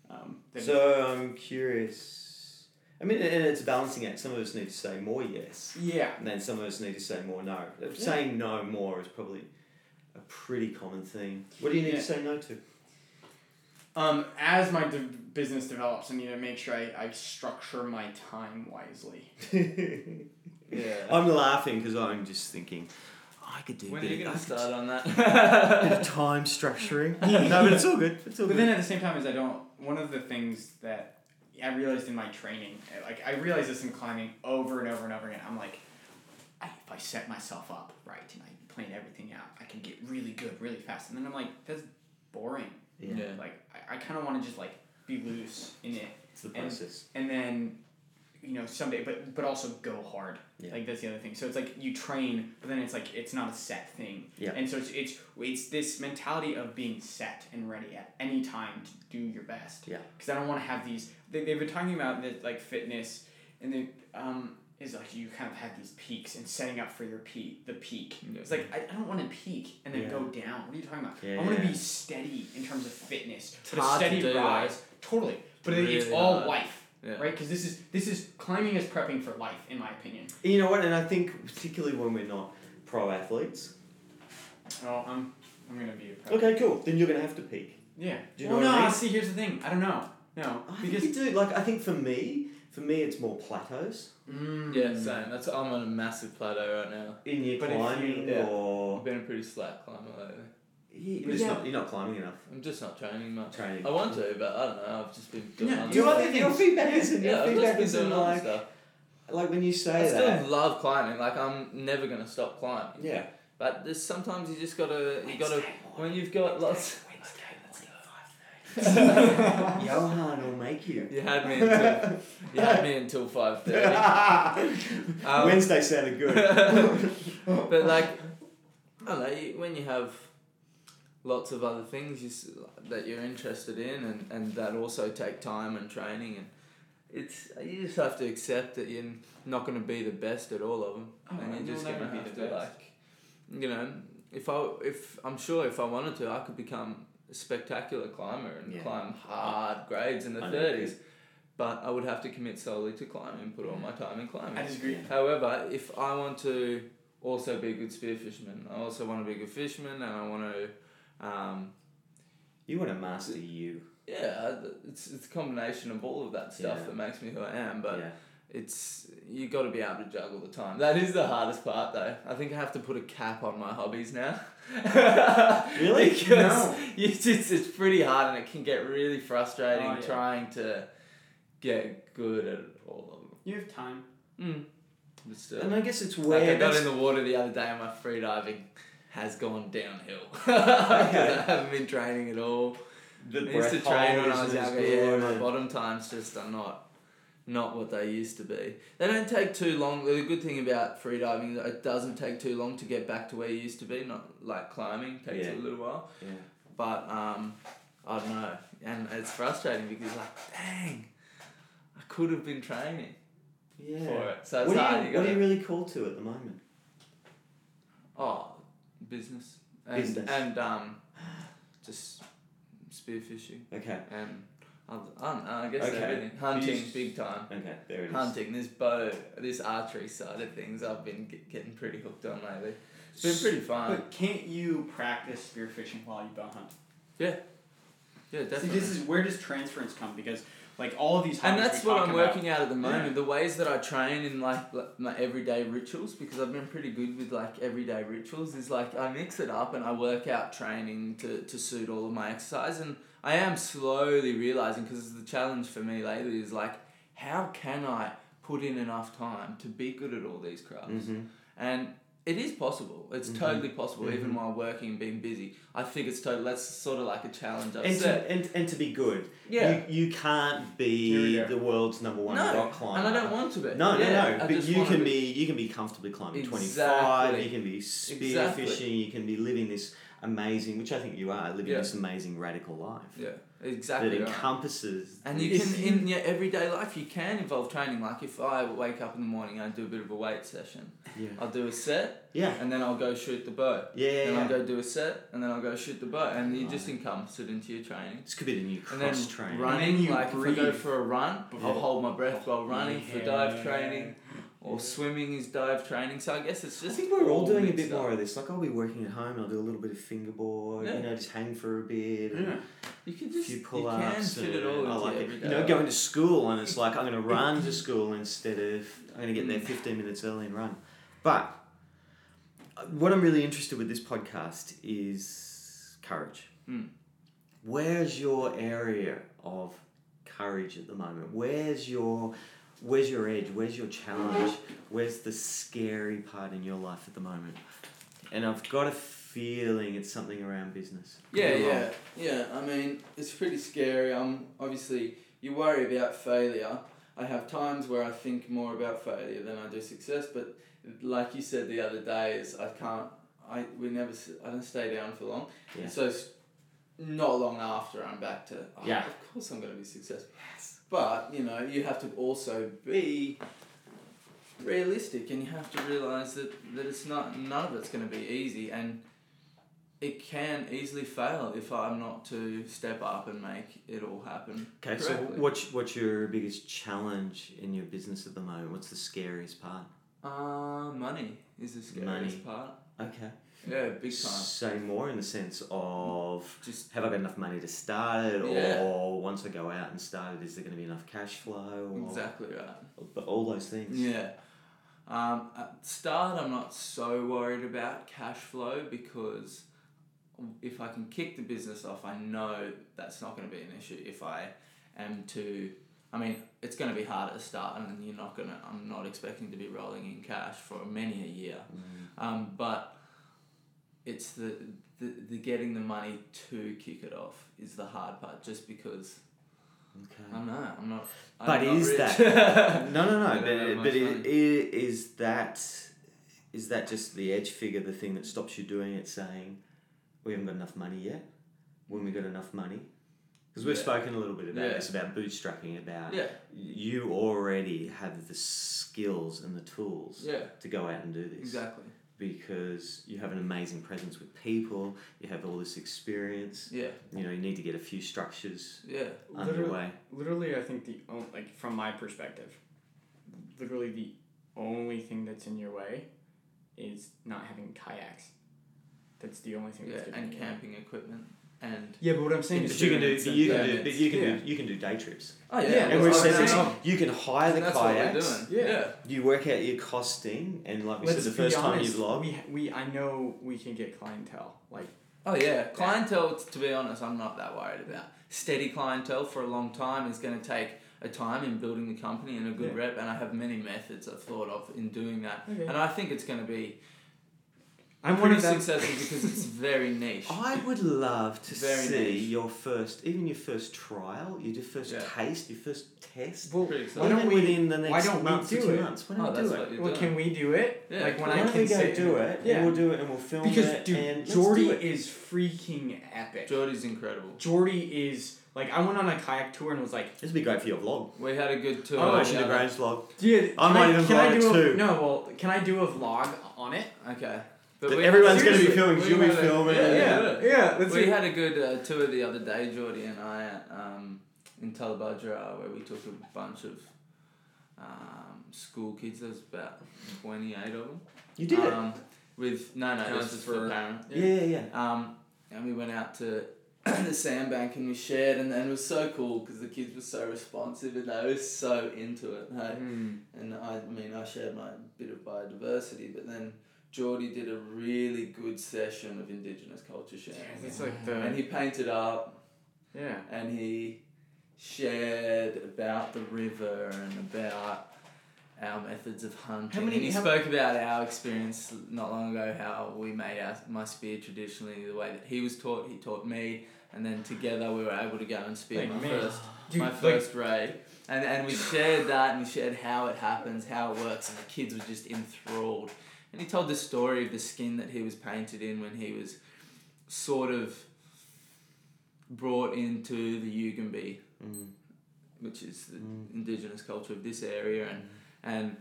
S4: Um, that-
S2: So I'm curious. I mean, and it's a balancing act. Some of us need to say more yes,
S4: yeah,
S2: and then some of us need to say more no. Uh, Saying no more is probably a pretty common thing. What do you need
S4: Yeah.
S2: to say no to?
S4: um, as my de- business develops, I need to make sure I, I structure my time wisely.
S3: Yeah.
S2: I'm laughing because I'm just thinking, I could do a
S3: When are
S2: bit
S3: Oh, you
S2: of- I
S3: gonna
S2: could
S3: start on
S2: do a bit
S3: that?
S2: of time structuring. no, but it's all good. It's all
S4: But
S2: good.
S4: then at the same time, is I don't. One of the things that I realized in my training, eh, like I realized this in climbing over and over and over again. I'm like, I, if I set myself up right and I plan everything out, I can get really good really fast. And then I'm like, that's boring.
S2: Yeah.
S3: Yeah.
S4: Like I, I kind of want to just like be loose in it,
S2: It's the process.
S4: and then you know someday, but but also go hard.
S2: Yeah.
S4: Like that's the other thing. So it's like you train, but then it's like it's not a set thing.
S2: Yeah.
S4: And so it's it's it's this mentality of being set and ready at any time to do your best.
S2: Yeah.
S4: Because I don't want to have these. They they've been talking about that like fitness, and they um is like you kind of have these peaks and setting up for your peak the peak.
S3: Yeah.
S4: It's like I, I don't want to peak and then
S2: Yeah.
S4: go down. What are you talking about?
S2: Yeah,
S4: I want to
S2: yeah.
S4: be steady in terms of fitness,
S3: It's
S4: but a
S3: hard to
S4: steady
S3: do that.
S4: rise. Totally. But it it's
S3: Really
S4: all
S3: hard.
S4: life
S3: yeah.
S4: right? Because this is this is climbing is prepping for life, in my opinion.
S2: You know what? And I think particularly when we're not pro athletes.
S4: Oh, I'm I'm gonna be a prep.
S2: Okay, cool. Then you're gonna have to peak.
S4: Yeah.
S2: Do you
S4: well,
S2: know what
S4: no.
S2: I mean?
S4: See, here's the thing. I don't know. No,
S2: I
S4: because
S2: think you do. Like I think for me, for me, it's more plateaus
S4: Mm,
S3: Yeah, same. That's I'm on a massive plateau right now.
S2: in your
S4: But if you-
S2: climbing
S3: yeah. I've
S2: or
S3: been a pretty slack climber lately.
S2: Yeah,
S4: But
S2: you're, just
S4: yeah.
S2: not, you're not climbing enough.
S3: I'm just not training much.
S2: Training.
S3: I want to, but I don't know. I've just been doing
S4: Yeah,
S3: other
S4: do
S2: Your,
S4: other
S3: stuff.
S2: feed- your
S4: things.
S2: feedback isn't. Your
S3: Yeah, I've
S2: feedback
S3: just been
S2: isn't
S3: doing other
S2: like
S3: stuff.
S2: like when you say
S3: I still
S2: that.
S3: love climbing. Like I'm never gonna stop climbing.
S2: Yeah.
S3: But there's sometimes you just gotta you gotta
S4: Wednesday morning.
S3: when you've got lots.
S2: Johan will make you.
S3: You had me until you had me until five thirty. Um,
S2: Wednesday sounded good.
S3: but like, I don't know, you, when you have lots of other things you, s- that you're interested in and, and that also take time and training and it's you just have to accept that you're not going to be the best at all of them
S4: Oh,
S3: and
S4: and
S3: you're just
S4: you'll
S3: going
S4: never
S3: to
S4: be
S3: have
S4: the
S3: to
S4: best.
S3: like you know if I if I'm sure if I wanted to I could become a spectacular climber and
S2: Yeah.
S3: climb hard grades in the
S2: I know you
S3: 30s but I would have to commit solely to climbing and put all my time in climbing
S4: I disagree.
S3: However, if I want to also be a good spear fisherman, I also want to be a good fisherman, and I want to, um,
S2: you want to master you.
S3: yeah, it's it's a combination of all of that stuff
S2: Yeah.
S3: that makes me who I am. But
S2: yeah.
S3: it's you got to be able to juggle the time. That is the hardest part, though. I think I have to put a cap on my hobbies now.
S2: Really?
S3: because
S2: No.
S3: it's, it's it's pretty hard, and it can get really frustrating
S4: Oh, yeah.
S3: trying to get good at all of them.
S4: You have time.
S3: Mm. But still.
S2: Hmm. And I guess it's
S3: Like
S2: where
S3: I got
S2: that's-
S3: in the water the other day and my freediving has gone downhill. 'Cause I haven't been training at all.
S2: the
S3: I used to
S2: breath
S3: train
S2: hold
S3: when I was
S2: isn't as
S3: younger. Yeah,
S2: good
S3: my
S2: and-
S3: bottom times just are not not what they used to be. They don't take too long. The good thing about freediving is that it doesn't take too long to get back to where you used to be. Not like climbing takes
S2: Yeah.
S3: a little while.
S2: Yeah.
S3: But um, I don't know, and it's frustrating because like, dang, I could have been training
S2: Yeah.
S3: for it. So it's
S2: What
S3: hard.
S2: are,
S3: you
S2: you,
S3: gotta-
S2: what are you really called to at the moment?
S3: Oh, business. And,
S2: Business.
S3: And um, just spearfishing
S2: Okay.
S3: and other, Um, I don't know, I guess
S2: Okay.
S3: everything. Hunting,
S4: Fish.
S3: big time.
S2: Okay. There it is.
S3: Hunting, this bow, this archery side of things, I've been get, getting pretty hooked on lately. It's been pretty fun.
S4: But can't you practice spearfishing while you bow hunt?
S3: yeah,
S4: See,
S3: definitely.
S4: this is where does transference come because like all of these.
S3: and
S4: hobbies
S3: that's
S4: we
S3: what
S4: talk
S3: I'm
S4: about-
S3: working out at the moment. The ways that I train in like l- my everyday rituals, because I've been pretty good with like everyday rituals, is like I mix it up and I work out training to, to suit all of my exercise. And I am slowly realizing because the challenge for me lately is like, how can I put in enough time to be good at all these crafts?
S2: Mm-hmm.
S3: And it is possible. It's totally possible, even while working and being busy. I think it's totally. That's sort of like a challenge. I've
S2: And
S3: set.
S2: to, and, and to be good.
S3: Yeah.
S2: You, you can't
S1: Here we
S2: be
S1: go.
S2: the world's number one
S3: no,
S2: rock climber.
S3: and I don't want to be.
S2: No,
S3: yeah,
S2: no, no.
S3: I
S2: But
S3: just
S2: you
S3: wanna
S2: can
S3: be-
S2: be you can be comfortably climbing twenty five.
S3: Exactly.
S2: You can be spearfishing.
S3: Exactly.
S2: You can be living this amazing, which I think you are, living
S3: Yeah.
S2: this amazing radical life
S3: Yeah,
S2: that
S3: exactly. right.
S2: encompasses.
S3: And you
S2: this-
S3: can in your everyday life you can involve training. Like if I wake up in the morning, I do a bit of a weight session.
S2: Yeah.
S3: I'll do a set,
S2: yeah,
S3: and then I'll go shoot the bow.
S2: yeah, yeah.
S3: Then
S2: yeah.
S3: I'll go do a set, and then I'll go shoot the bow, and you just encompass it into your training.
S2: this could be the new
S3: And then
S2: cross train.
S3: running,
S1: And then you
S3: like if I go
S1: breathe.
S3: for a run, I'll hold my breath
S2: Oh,
S3: while running for dive
S1: Yeah.
S3: training, or swimming is dive training. So I guess it's
S2: I
S3: just
S2: think we're all doing a bit
S3: mixed up.
S2: more of this. Like I'll be working at home and I'll do a little bit of fingerboard,
S3: Yeah.
S2: you know, just hang for a bit. and
S7: Yeah.
S3: You can
S2: A
S3: just
S2: few
S3: you can
S2: pull-ups.
S3: fit it
S2: and
S3: all into
S2: I like it.
S3: everyday
S2: You know,
S3: life.
S2: going to school and it's like I'm going to run to school instead of I'm going to get there
S3: Mm.
S2: 15 minutes early and run. But uh, what I'm really interested with this podcast is courage.
S3: Hmm.
S2: Where's your area of courage at the moment? Where's your Where's your edge? Where's your challenge? Where's the scary part in your life at the moment? And I've got a feeling it's something around business. Could
S3: Yeah,
S2: be wrong.
S3: yeah, yeah. I mean, it's pretty scary. Um, obviously, you worry about failure. I have times where I think more about failure than I do success. But like you said the other day, is I can't. I we never. s- I don't stay down for long.
S2: Yeah.
S3: So, s- not long after I'm back to. Oh,
S2: Yeah.
S3: Of course, I'm gonna be successful. Yes. But you know, you have to also be realistic, and you have to realize that that it's not none of it's gonna be easy, and it can easily fail if I'm not to step up and make it all happen.
S2: Okay,
S3: correctly.
S2: so what's what's your biggest challenge in your business at the moment? What's the scariest part?
S3: Uh, money is the scariest
S2: Money.
S3: part.
S2: Okay.
S3: Yeah, big time.
S2: Say more in the sense of
S3: Just
S2: have I got enough money to start it,
S3: Yeah.
S2: or once I go out and start it, is there going to be enough cash flow? Or,
S3: exactly right.
S2: But all those things.
S3: Yeah. Um, at start, I'm not so worried about cash flow because if I can kick the business off, I know that's not going to be an issue. If I am to, I mean, it's going to be hard at the start, and you're not going to. I'm not expecting to be rolling in cash for many a year.
S2: Mm.
S3: Um, but it's the, the the getting the money to kick it off is the hard part. Just because I
S2: Okay.
S3: don't know, I'm not. I'm
S2: Mm. But
S3: not
S2: is
S3: rich.
S2: No, no, no.
S3: I Um, don't
S2: But,
S3: have
S2: it,
S3: much
S2: but it,
S3: money.
S2: it, is that is that just the edge figure, the thing that stops you doing it, saying we haven't got enough money yet? When we got enough money? Because we've
S3: Yeah.
S2: spoken a little bit about
S3: Yeah.
S2: this, about bootstrapping, about
S3: yeah,
S2: you already have the skills and the tools
S3: yeah,
S2: to go out and do this
S3: exactly.
S2: because you have an amazing presence with people, you have all this experience.
S3: Yeah,
S2: You know, you need to get a few structures
S3: yeah,
S1: Literally,
S2: underway.
S1: literally, I think the on- like from my perspective, literally the only thing that's in your way is not having kayaks. That's the only thing
S3: yeah,
S1: that's getting
S3: and
S1: in your way.
S3: camping equipment and
S1: Yeah, but what I'm saying
S2: But
S1: is
S2: you can do,
S1: it's
S2: but you can
S1: a-
S2: do,
S3: Yeah.
S2: but you can
S1: Yeah.
S2: do, you can do day trips.
S3: oh yeah,
S1: Yeah,
S2: And
S3: that's
S2: we've
S1: Oh,
S3: what
S2: said
S3: I'm
S1: that's
S2: this,
S3: saying.
S1: awesome.
S2: you can hire the
S3: that's
S2: kayaks.
S3: what we're doing.
S1: Yeah.
S3: Yeah,
S2: You work out your costing, and like we
S1: Let's
S2: said, the
S1: be
S2: first time
S1: honest,
S2: you vlog,
S1: we we I know we can get clientele. Like
S3: oh yeah. Clientele, t- to be honest, I'm not that worried about. Steady clientele for a long time is going to take a time in building the company and a good
S1: Yeah.
S3: rep, and I have many methods I've thought of in doing that,
S1: Okay.
S3: and I think it's going to be
S1: I'm one
S3: pretty
S1: of them.
S3: successful because it's very niche.
S2: I would love to
S3: Very
S2: see
S3: nice.
S2: your first, even your first trial, your first
S3: Yeah.
S2: taste, your first test.
S1: Well,
S3: Pretty
S1: why
S3: exciting.
S1: don't
S2: even
S1: we?
S2: within the next
S1: why don't we
S2: month to
S1: do
S2: two
S1: it?
S2: months? Why
S3: Oh,
S2: don't we
S3: that's
S2: do
S3: what
S2: it?
S3: you're
S1: well,
S3: doing.
S1: can we do it?
S3: Yeah.
S1: Like when
S2: Why
S1: I
S2: don't
S1: can
S2: we
S1: sit
S2: go do
S1: and-
S2: it?
S1: Yeah.
S2: And we'll do it and we'll film
S1: because
S2: it.
S1: dude,
S2: and
S1: Jordy
S2: let's do it.
S1: is freaking epic.
S3: Jordy's incredible.
S1: Jordy is like I went on a kayak tour and was like,
S2: This would be great for your vlog.
S3: We had a good tour.
S1: Oh,
S2: Oh,
S3: yeah.
S2: Ocean to Graham's vlog.
S1: dude,
S2: I
S1: can
S2: might
S1: I,
S2: even
S1: can I
S2: vlog it
S1: do a,
S2: too.
S1: No, well, can I do a vlog on it?
S3: Okay.
S2: But
S3: we-
S2: everyone's gonna be
S3: seriously,
S2: filming,
S3: we
S2: you'll be
S3: had a-
S2: filming.
S3: Yeah,
S2: Yeah.
S3: yeah.
S1: yeah. Let's
S3: we
S1: do-
S3: had a good uh, tour the other day, Geordie and I, at, um, in Tullabudra, where we took a bunch of um, school kids. There was about 28 of them.
S2: You did
S3: um, With, no, no,
S1: Just
S3: this was for
S1: for-
S3: parent.
S2: it. Yeah, yeah, yeah.
S3: Um, and we went out to the sandbank and we shared, and, and it was so cool because the kids were so responsive and they were so into it. Hey?
S1: Hmm.
S3: And I mean, I shared my bit of biodiversity, but then Geordie did a really good session of Indigenous culture sharing.
S1: It's like
S3: And
S1: the
S3: he painted up
S1: yeah.
S3: and he shared about the river and about our methods of hunting.
S1: How many-
S3: and he
S1: how-
S3: spoke about our experience not long ago, how we made our, my spear traditionally the way that he was taught, he taught me, and then together we were able to go and spear
S1: Like
S3: my
S1: me.
S3: first
S1: Dude,
S3: my
S1: like-
S3: first raid. And, and we shared that and we shared how it happens, how it works, and the kids were just enthralled. And he told the story of the skin that he was painted in when he was sort of brought into the Yugambi,
S2: Mm.
S3: which is the
S2: Mm.
S3: indigenous culture of this area, and and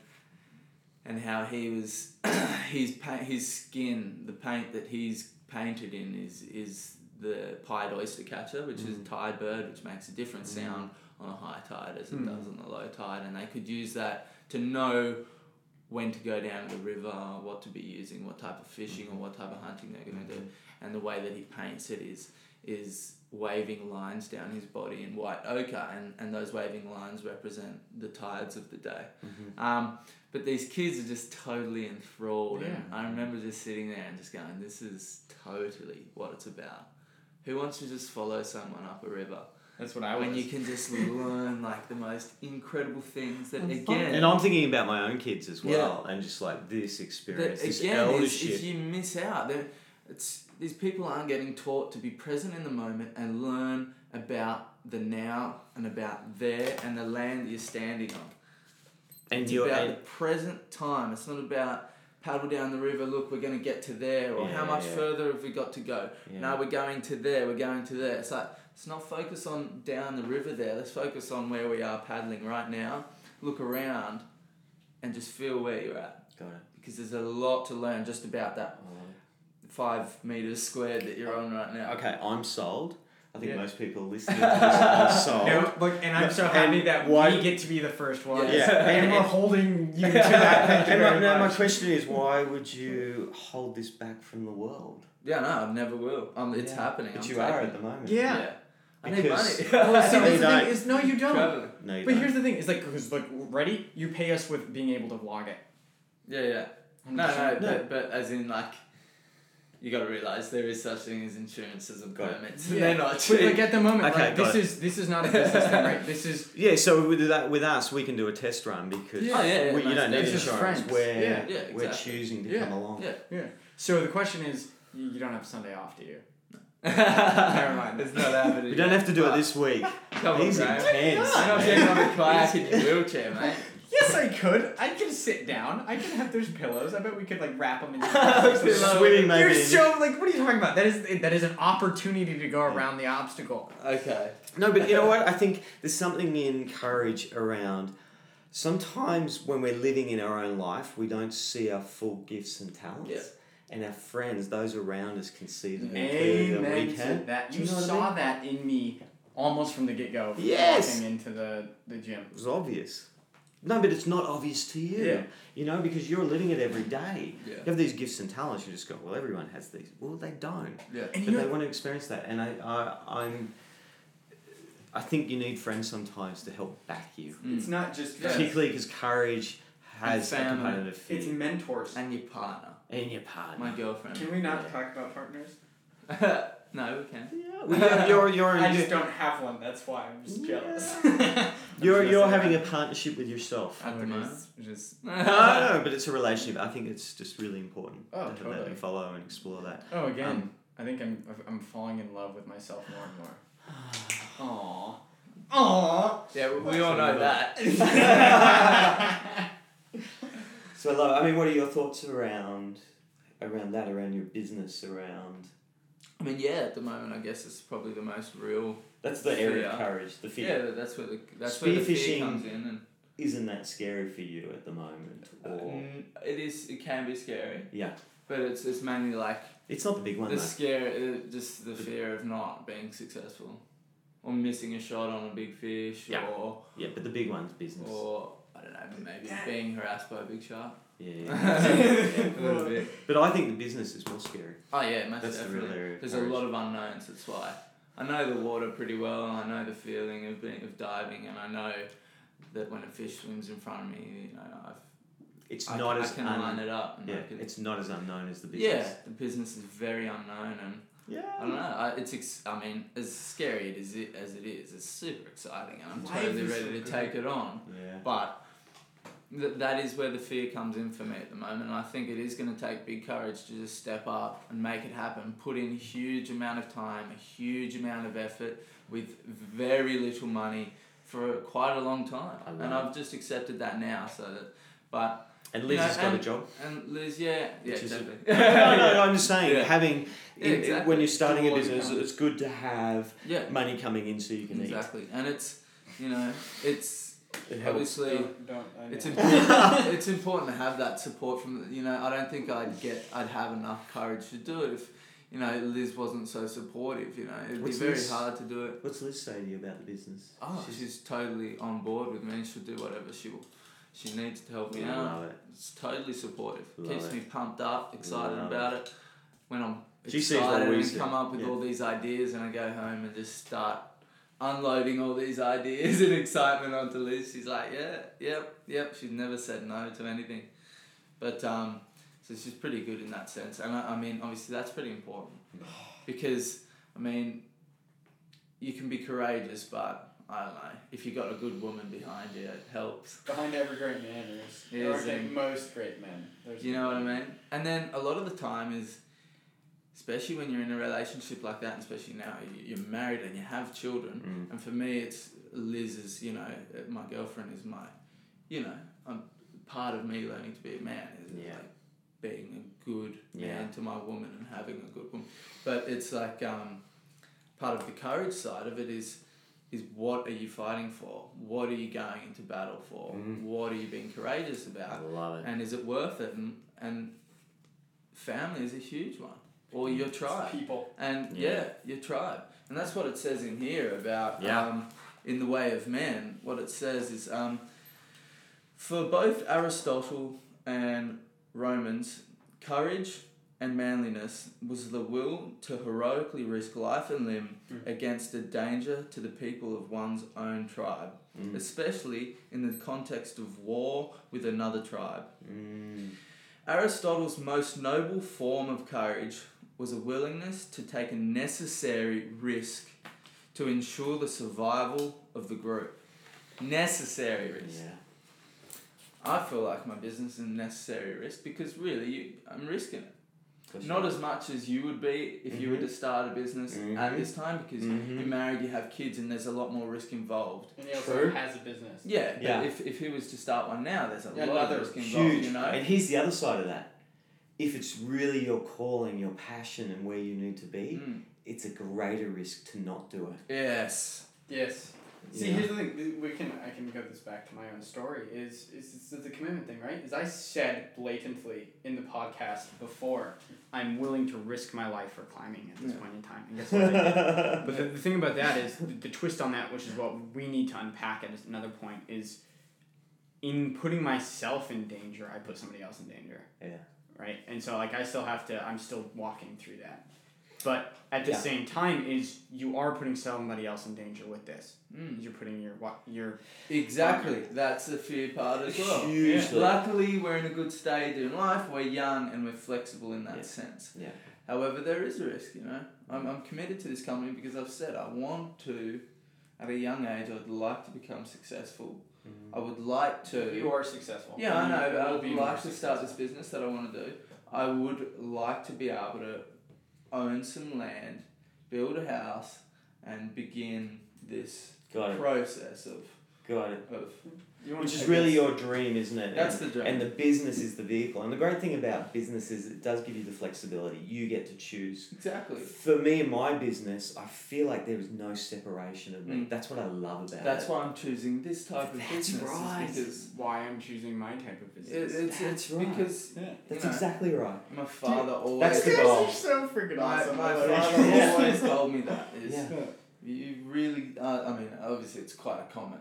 S3: and how he was his paint his skin, the paint that he's painted in is is the pied oyster catcher, which is a tide bird, which makes a different sound on a high tide as it
S1: Mm.
S3: does on the low tide, and they could use that to know when to go down the river, what to be using, what type of fishing or what type of hunting they're going to do, and the way that he paints it is is waving lines down his body in white ochre, and, and those waving lines represent the tides of the day. Um, but these kids are just totally enthralled, and I remember just sitting there and just going, "This is totally what it's about." Who wants to just follow someone up a river
S1: That's what I
S3: when
S1: was.
S3: you can just learn like the most incredible things that again
S2: And I'm thinking about my own kids as well, and just like this
S3: But
S2: experience, this
S3: again, is,
S2: eldership.
S3: is you miss out. There- It's these people aren't getting taught to be present in the moment and learn about the now and about there and the land that you're standing on.
S2: and
S3: It's
S2: you're
S3: about
S2: and,
S3: the present time. It's not about paddle down the river. Look, we're going to get to there, or how
S2: Yeah,
S3: much
S2: yeah.
S3: further have we got to go?
S2: Yeah.
S3: No, we're going to there. We're going to there. It's like let's not focus on down the river there. Let's focus on where we are paddling right now. Look around, and just feel where you're at
S2: Got it.
S3: because there's a lot to learn just about that five meters squared that you're on right now.
S2: Okay, I'm sold. I think
S1: Yeah.
S2: most people listening to this are sold.
S1: No, look, and I'm so
S2: Oh. And
S1: happy that
S2: why-
S1: we get to be the first ones.
S2: Yeah.
S1: And we're holding you to that. Thank you
S2: and my,
S1: very
S2: now my
S1: much.
S2: question is, why would you hold this back from the world?
S3: Yeah, no, I never will. Um, it's
S2: Yeah.
S3: happening.
S2: But
S3: I'm
S2: you
S3: taking
S2: are at
S3: it.
S2: the moment.
S1: Yeah.
S3: I
S2: Because-
S3: need money.
S1: Well, see,
S2: No, you
S1: that's the
S2: don't.
S1: thing is, no, you don't.
S3: Traveling.
S2: No, you
S1: But
S2: don't.
S1: here's the thing: is like because like ready, you pay us with being able to vlog it.
S3: Yeah, yeah. No, no, But, but as in like. You gotta realize there is such thing as insurances and
S2: Got it.
S3: permits.
S1: Yeah.
S3: They're not
S1: But
S3: cheap.
S1: like at the moment,
S2: Okay,
S1: like,
S2: got
S1: this is this is not a business thing, right? This is
S2: yeah, so with that, with us, we can do a test run because
S3: Yeah. Oh, yeah, yeah,
S2: we, you
S3: nice.
S2: don't need
S3: It's
S1: just
S2: insurance.
S1: friends.
S2: We're,
S1: Yeah.
S3: Yeah,
S2: we're
S3: exactly.
S2: choosing to
S1: Yeah.
S2: come along.
S3: Yeah.
S1: yeah. So the question is, you, you don't have Sunday off, do you?
S3: Never
S1: mind.
S3: It's not happening.
S2: We don't have to do it
S3: But-
S2: this week.
S3: Come on,
S2: He's
S3: bro.
S2: intense.
S3: You're not
S2: man.
S3: getting on the kayak in your wheelchair, mate.
S1: Yes, I could. I could sit down. I could have those pillows. I bet we could like wrap them. In
S3: Okay, like-
S2: Swimming, maybe.
S1: You're so like, what are you talking about? That is that is an opportunity to go around the obstacle.
S3: Okay.
S2: No, but you know what? I think there's something in courage around. Sometimes when we're living in our own life, we don't see our full gifts and talents.
S3: Yeah.
S2: And our friends, those around us, can see them more clearly than
S1: Amen
S2: we
S1: to
S2: can.
S1: that.
S2: Do
S1: You,
S2: you know what I
S1: saw that in me almost from the get go.
S2: Yes.
S1: Walking into the the gym.
S2: It was obvious. No, but it's not obvious to you.
S1: Yeah.
S2: You know, because you're living it every day.
S3: Yeah.
S2: You have these gifts and talents. You just go, well, everyone has these. Well, they don't.
S3: Yeah.
S1: And
S2: but
S1: you know,
S2: they want to experience that, and I, I, I'm. I think you need friends sometimes to help back you,
S3: Mm.
S1: it's not just
S3: Yeah.
S1: friends.
S2: particularly because courage has a
S3: And family.
S2: component of
S1: It's
S2: fear.
S1: mentors.
S3: And your partner.
S2: And your partner.
S3: My girlfriend.
S1: Can we not talk about partners?
S3: no, we can.
S2: Yeah, well, you're you're, you're,
S1: I just don't have one. That's why I'm just jealous.
S2: you're,
S3: just
S2: you're
S3: gonna say
S2: having a partnership with yourself.
S3: At the moment.
S1: Just
S2: No, no, but it's a relationship. I think it's just really important
S1: Oh,
S2: to have that
S1: totally.
S2: and follow and explore that.
S1: oh again.
S2: Um,
S1: I think I'm I'm falling in love with myself more and more. Aww. Aww.
S3: Yeah, we- we all know that.
S2: So, Lo, I mean, what are your thoughts around around that? Around your business? Around
S3: I mean, yeah, at the moment, I guess it's probably the most real.
S2: that's the area of
S3: Fear.
S2: courage. The fear.
S3: Yeah, that- that's where the that's where the
S2: Spearfishing.
S3: fear comes in, and
S2: isn't that scary for you at the moment? Or
S3: Mm, it is it can be scary,
S2: yeah,
S3: but it's it's mainly like
S2: it's not the big one
S3: the
S2: though.
S3: scare, uh, just the fear of not being successful, or missing a shot on a big fish,
S2: Yeah.
S3: or
S2: Yeah, but the big one's business.
S3: or I don't know, maybe being harassed by a big shark.
S2: Yeah,
S3: a little bit.
S2: but I think the business is more scary.
S3: Oh yeah, most
S2: That's the
S3: definitely.
S2: real area. of
S3: There's
S2: courage.
S3: a lot of unknowns. That's why I know the water pretty well. I know the feeling of being of diving, and I know that when a fish swims in front of me, you know, I've,
S2: It's
S3: I,
S2: not
S3: I
S2: as
S3: can
S2: un-
S3: line it up. And
S2: yeah,
S3: I can,
S2: it's not as unknown as the
S3: yeah,
S2: business.
S3: the business is very unknown, and
S2: Yeah.
S3: I don't know. I, it's ex- I mean, as scary it is as it is, it's super exciting, and I'm
S1: Life
S3: totally
S1: is
S3: ready
S1: so
S3: to
S1: good.
S3: take it on.
S2: Yeah.
S3: But th- that is where the fear comes in for me at the moment. And I think it is going to take big courage to just step up and make it happen. Put in a huge amount of time, a huge amount of effort with very little money for quite a long time.
S7: I
S3: And
S7: know.
S3: I've just accepted that now. So, that, but
S2: And Liz has
S3: No,
S2: got a
S3: and-
S2: job.
S3: and Liz, yeah, yeah,
S2: Which is a-
S3: definitely.
S2: no, no, no, I'm just saying,
S3: Yeah.
S2: having
S3: Yeah,
S2: in-
S3: exactly.
S2: when you're starting a
S7: Always
S2: business,
S7: comes.
S2: it's good to have
S3: yeah,
S2: money coming in so you can
S3: exactly. And it's you know it's
S2: eat. It helps.
S3: obviously.
S7: Don't, don't, I
S3: It's
S7: know.
S3: important. it's important to have that support from you know. I don't think I'd get. I'd have enough courage to do it if you know Liz wasn't so supportive. You know, it'd
S2: What's
S3: be very
S2: Liz?
S3: hard to do it.
S2: What's Liz saying to you about the business?
S3: Oh,
S2: She's-
S3: she's, totally on board with me. She'll do whatever she will. She needs to help me
S2: I
S3: out.
S2: love it.
S3: It's totally supportive.
S2: Love
S3: Keeps
S2: it.
S3: me pumped up, excited
S2: Love
S3: about it. When I'm
S2: She sees what
S3: excited
S2: we
S3: and
S2: see.
S3: come up with
S2: Yeah.
S3: all these ideas, and I go home and just start unloading all these ideas and excitement onto Liz. She's like, yeah, yep, yep. She's never said no to anything, but um, so she's pretty good in that sense. And I, I mean, obviously, that's pretty important because I mean, you can be courageous, but. I don't know. If you got a good woman behind you, it helps.
S7: Behind every great man, there's
S3: Is
S7: or the
S3: in-
S7: most great men. There's
S3: You know what I mean? And then a lot of the time is, especially when you're in a relationship like that, and especially now you- you're married and you have children.
S2: Mm.
S3: And for me, it's Liz is you know my girlfriend is my, you know, I'm part of me learning to be a man is
S2: Yeah.
S3: like being a good
S2: Yeah.
S3: man to my woman and having a good woman. But it's like um, part of the courage side of it is is what are you fighting for? What are you going into battle for?
S2: Mm.
S3: What are you being courageous about?
S2: I love it.
S3: and is it worth it? And, and family is a huge one, or your
S7: It's
S3: tribe,
S7: people.
S3: and yeah.
S2: Yeah.
S3: your tribe, and that's what it says in here about
S2: Yeah.
S3: um, in the way of men. What it says is um, for both Aristotle and Romans, courage and manliness was the will to heroically risk life and limb
S7: Mm.
S3: against a danger to the people of one's own tribe,
S2: Mm.
S3: especially in the context of war with another tribe.
S2: Mm.
S3: Aristotle's most noble form of courage was a willingness to take a necessary risk to ensure the survival of the group. Necessary risk.
S2: Yeah.
S3: I feel like my business is a necessary risk because really you, I'm risking it.
S2: That's
S3: Not
S2: right. Mm-hmm.
S3: as much as you would be if you were to start a business at
S2: Mhm.
S3: this time because
S2: Mhm.
S3: you're married, you have kids, and there's a lot more risk involved.
S7: And he also
S2: True.
S7: has a business.
S3: Yeah, but
S2: Yeah.
S3: If, if he was to start one now, there's a
S7: Yeah,
S3: lot
S7: another
S3: of risk involved,
S2: huge.
S3: you know?
S2: And here's the other side of that. If it's really your calling, your passion, and where you need to be,
S3: Mm.
S2: it's a greater risk to not do it.
S3: Yes.
S7: Yes.
S2: you
S7: See,
S2: know?
S7: here's the thing. th- We can I can go this back to my own story. Is is it's the commitment thing, right? Is I said blatantly in the podcast before,
S1: I'm willing to risk my life for climbing at this
S3: Yeah.
S1: point in time. And guess what? I did? But the, the thing about that is the, the twist on that, which is what we need to unpack at another point, is in putting myself in danger, I put somebody else in danger.
S2: Yeah.
S1: Right. And so like I still have to. I'm still walking through that. But at the
S2: Yeah.
S1: same time, is you are putting somebody else in danger with this.
S3: Mm.
S1: You're putting your wa- your
S3: Exactly. That's the fear part as well.
S2: Hugely.
S3: Luckily, we're in a good stage in life. We're young and we're flexible in that
S2: Yeah.
S3: sense.
S2: Yeah.
S3: However, there is a risk. You know, I'm, I'm committed to this company because I've said I want to. At a young age, I'd like to become successful. I would like to.
S7: Mm-hmm. you are successful.
S3: Yeah, I
S7: You
S3: know. But I
S7: will
S3: would
S7: be more
S3: like to start
S7: successful.
S3: this business that I want to do. I would like to be able to own some land, build a house, and begin this
S2: Got it.
S3: process of,
S2: Got it.
S3: of
S7: You want
S2: Which
S7: to
S2: is
S7: take
S2: really
S7: this-
S2: your dream, isn't it?
S3: That's
S2: and,
S3: the dream.
S2: And the business is the vehicle. And the great thing about business is it does give you the flexibility. You get to choose.
S3: exactly.
S2: For me and my business, I feel like there is no separation of me.
S3: Mm.
S2: That's what I love about
S3: That's
S2: it.
S3: why I'm choosing this type of
S2: That's
S3: business. is
S2: right.
S3: Because
S1: why I'm choosing my type of
S3: it,
S1: business.
S3: it's, it's
S2: That's right.
S3: because
S7: Yeah.
S2: That's
S3: you know,
S2: exactly right.
S3: my father always
S2: that's the goal.
S1: so freaking
S3: My, my
S1: I love
S3: father
S1: it.
S2: Yeah.
S3: always told me that is
S2: Yeah.
S3: you really uh, I mean obviously it's quite a common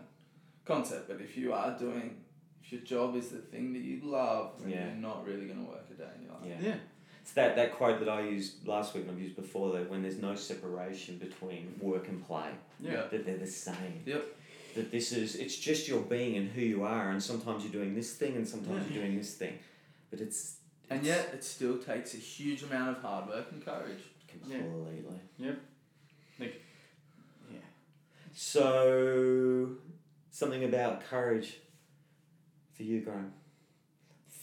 S3: concept but if you are doing if your job is the thing that you love then
S2: Yeah.
S3: you're not really going to work a day in your life.
S2: Yeah.
S1: Yeah.
S2: It's that, that quote that I used last week and I've used before though, when there's no separation between work and play.
S3: Yeah.
S2: That they're the same.
S3: Yep.
S2: That this is it's just your being and who you are and sometimes you're doing this thing and sometimes you're doing this thing. But it's
S3: And
S2: it's
S3: yet it still takes a huge amount of hard work and courage.
S2: completely
S1: Yeah.
S2: So something about courage. for you, Graham?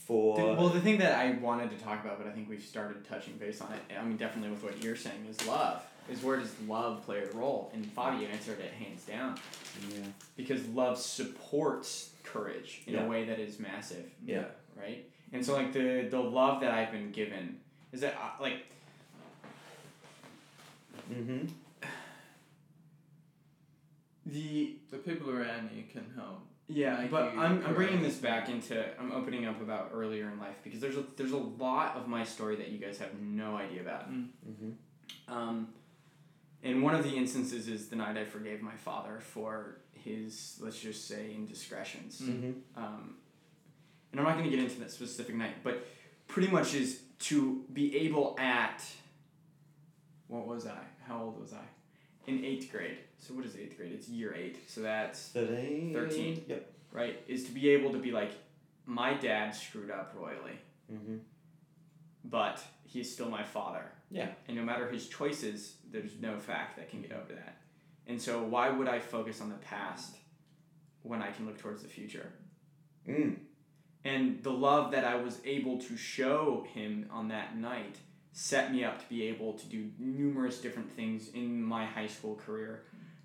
S2: For
S4: Did- well, the thing that I wanted to talk about, but I think we've started touching base on it. I mean, definitely with what you're saying is love. Is where does love play a role? And Fabio answered it hands down
S2: yeah,
S4: because love supports courage in
S2: Yeah.
S4: a way that is massive.
S2: Yeah.
S4: Right. And so like the the love that I've been given is that I, like
S2: mm-hmm.
S4: the
S3: The people around you can help.
S4: Yeah,
S3: Like
S4: but
S3: you-
S4: I'm, I'm bringing
S3: correct.
S4: this back into I'm opening up about earlier in life because there's a, there's a lot of my story that you guys have no idea about.
S3: Mm.
S2: Mm-hmm.
S4: Um, and one of the instances is the night I forgave my father for his let's just say indiscretions.
S2: Mm-hmm.
S4: Um, and I'm not going to get into that specific night, but pretty much is to be able at what was I? How old was I? In eighth grade. So what is eighth grade? It's year eight. So that's
S2: Thirteen.
S4: 13.
S2: Yep.
S4: right? Is to be able to be like, my dad screwed up royally,
S2: Mm-hmm.
S4: but he's still my father.
S2: Yeah.
S4: And no matter his choices, there's no fact that can get over that. And so, why would I focus on the past when I can look towards the future?
S2: Mm.
S4: And the love that I was able to show him on that night set me up to be able to do numerous different things in my high school career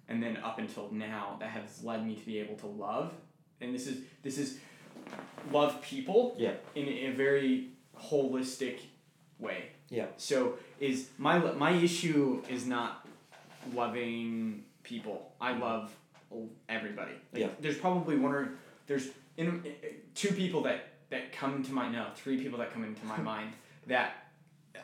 S4: and then up until now that has led me to be able to love and this is this is love people
S2: Yeah.
S4: in a very holistic way
S2: Yeah.
S4: so is my lo- my issue is not loving people i love everybody like,
S2: Mm-hmm. Yeah.
S4: there's probably one or there's in, two people that that come to my no three people that come into my mind that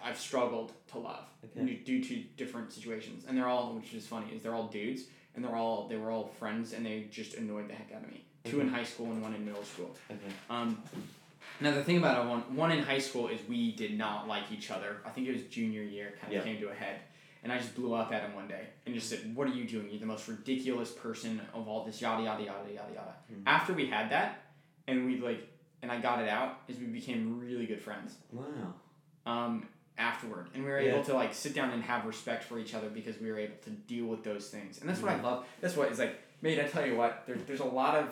S4: I've struggled to love
S2: Okay.
S4: due to different situations, and they're all which is funny is they're all dudes and they're all they were all friends and they just annoyed the heck out of me. Two in high school and one in middle school.
S2: Okay.
S4: Um, now the thing about one one in high school is we did not like each other. I think it was junior year kind of
S2: Yeah.
S4: came to a head. And I just blew up at him one day and just said, What are you doing? You're the most ridiculous person of all this, yada, yada, yada, yada, yada. After we had that, and we like, and I got it out, is we became really good friends
S2: Wow.
S4: um, afterward. And we were
S2: Yeah.
S4: able to like sit down and have respect for each other because we were able to deal with those things. And that's what
S2: Mm-hmm.
S4: I love. That's what is like, mate, I tell you what, there, there's a lot of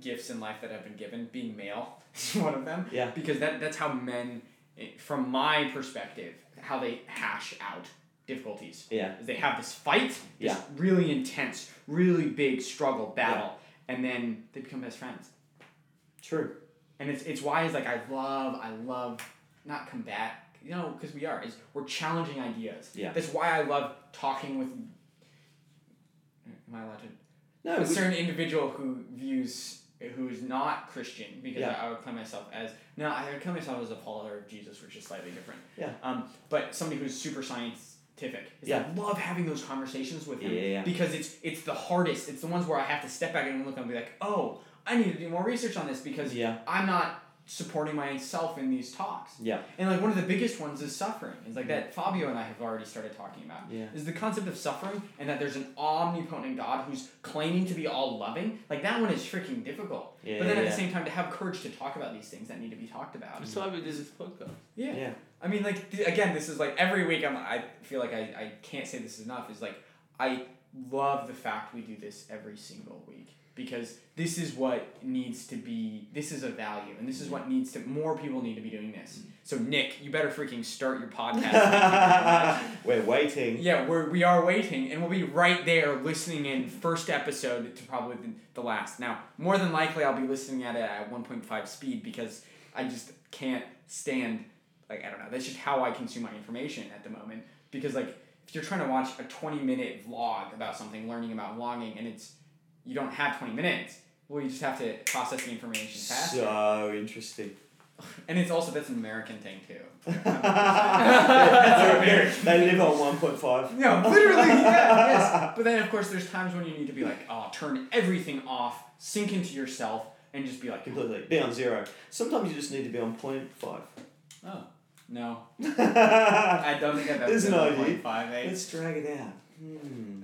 S4: gifts in life that have been given. Being male is one of them.
S2: Yeah.
S4: Because that, that's how men, eh, from my perspective, how they hash out difficulties.
S2: Yeah.
S4: Is They have this fight, this
S2: Yeah.
S4: really intense, really big struggle, battle, and then they become best friends
S2: True.
S4: and it's it's why is like I love I love not combat you know because we are is we're challenging ideas.
S2: Yeah.
S4: That's why I love talking with. Am I allowed to?
S2: No.
S4: a
S2: we-
S4: certain individual who views who is not Christian because
S2: Yeah.
S4: I, I would claim myself as no I would claim myself as a follower of Jesus which is slightly different
S2: Yeah.
S4: um but somebody who's super scientific is
S2: Yeah.
S4: I love having those conversations with him
S2: Yeah, yeah, yeah.
S4: because it's it's the hardest it's the ones where I have to step back and look and be like oh I need to do more research on this because
S2: Yeah.
S4: I'm not supporting myself in these talks
S2: Yeah.
S4: and like one of the biggest ones is suffering. It's like that Fabio and I have already started talking about.
S2: Yeah.
S4: Is the concept of suffering and that there's an omnipotent God who's claiming to be all loving. Like that one is freaking difficult.
S2: Yeah,
S4: but then
S2: yeah,
S4: at
S2: yeah.
S4: the same time to have courage to talk about these things that need to be talked about.
S3: That's why we did this podcast.
S4: Yeah.
S2: Yeah.
S4: I mean like th- again this is like every week I'm I feel like I, I can't say this enough is like I love the fact we do this every single week because this is what needs to be this is a value and this is what needs to more people need to be doing this. So Nick, you better freaking start your podcast. Thank you very much.
S2: We're waiting.
S4: Yeah, we're, we are waiting, and we'll be right there listening in first episode to probably the, the last. Now, more than likely, I'll be listening at it at 1.5 speed because I just can't stand, like, I don't know. That's just how I consume my information at the moment. Because, like, if you're trying to watch a 20 minute vlog about something, learning about vlogging, and it's, you don't have 20 minutes, well, you just have to process the information faster.
S2: So interesting.
S4: and it's also, that's an American thing, too.
S2: they they live on 1.5.
S4: No, literally, yeah, yes. But then, of course, there's times when you need to be like, oh, turn everything off, sink into yourself, and just be like,
S2: Completely. Be on zero. Sometimes you just need to be on 0.5.
S4: oh, no,
S2: Let's
S4: I don't think I've ever
S2: There's
S4: been
S2: an
S4: on
S2: idea.
S4: 1.58.
S2: drag it out. Hmm.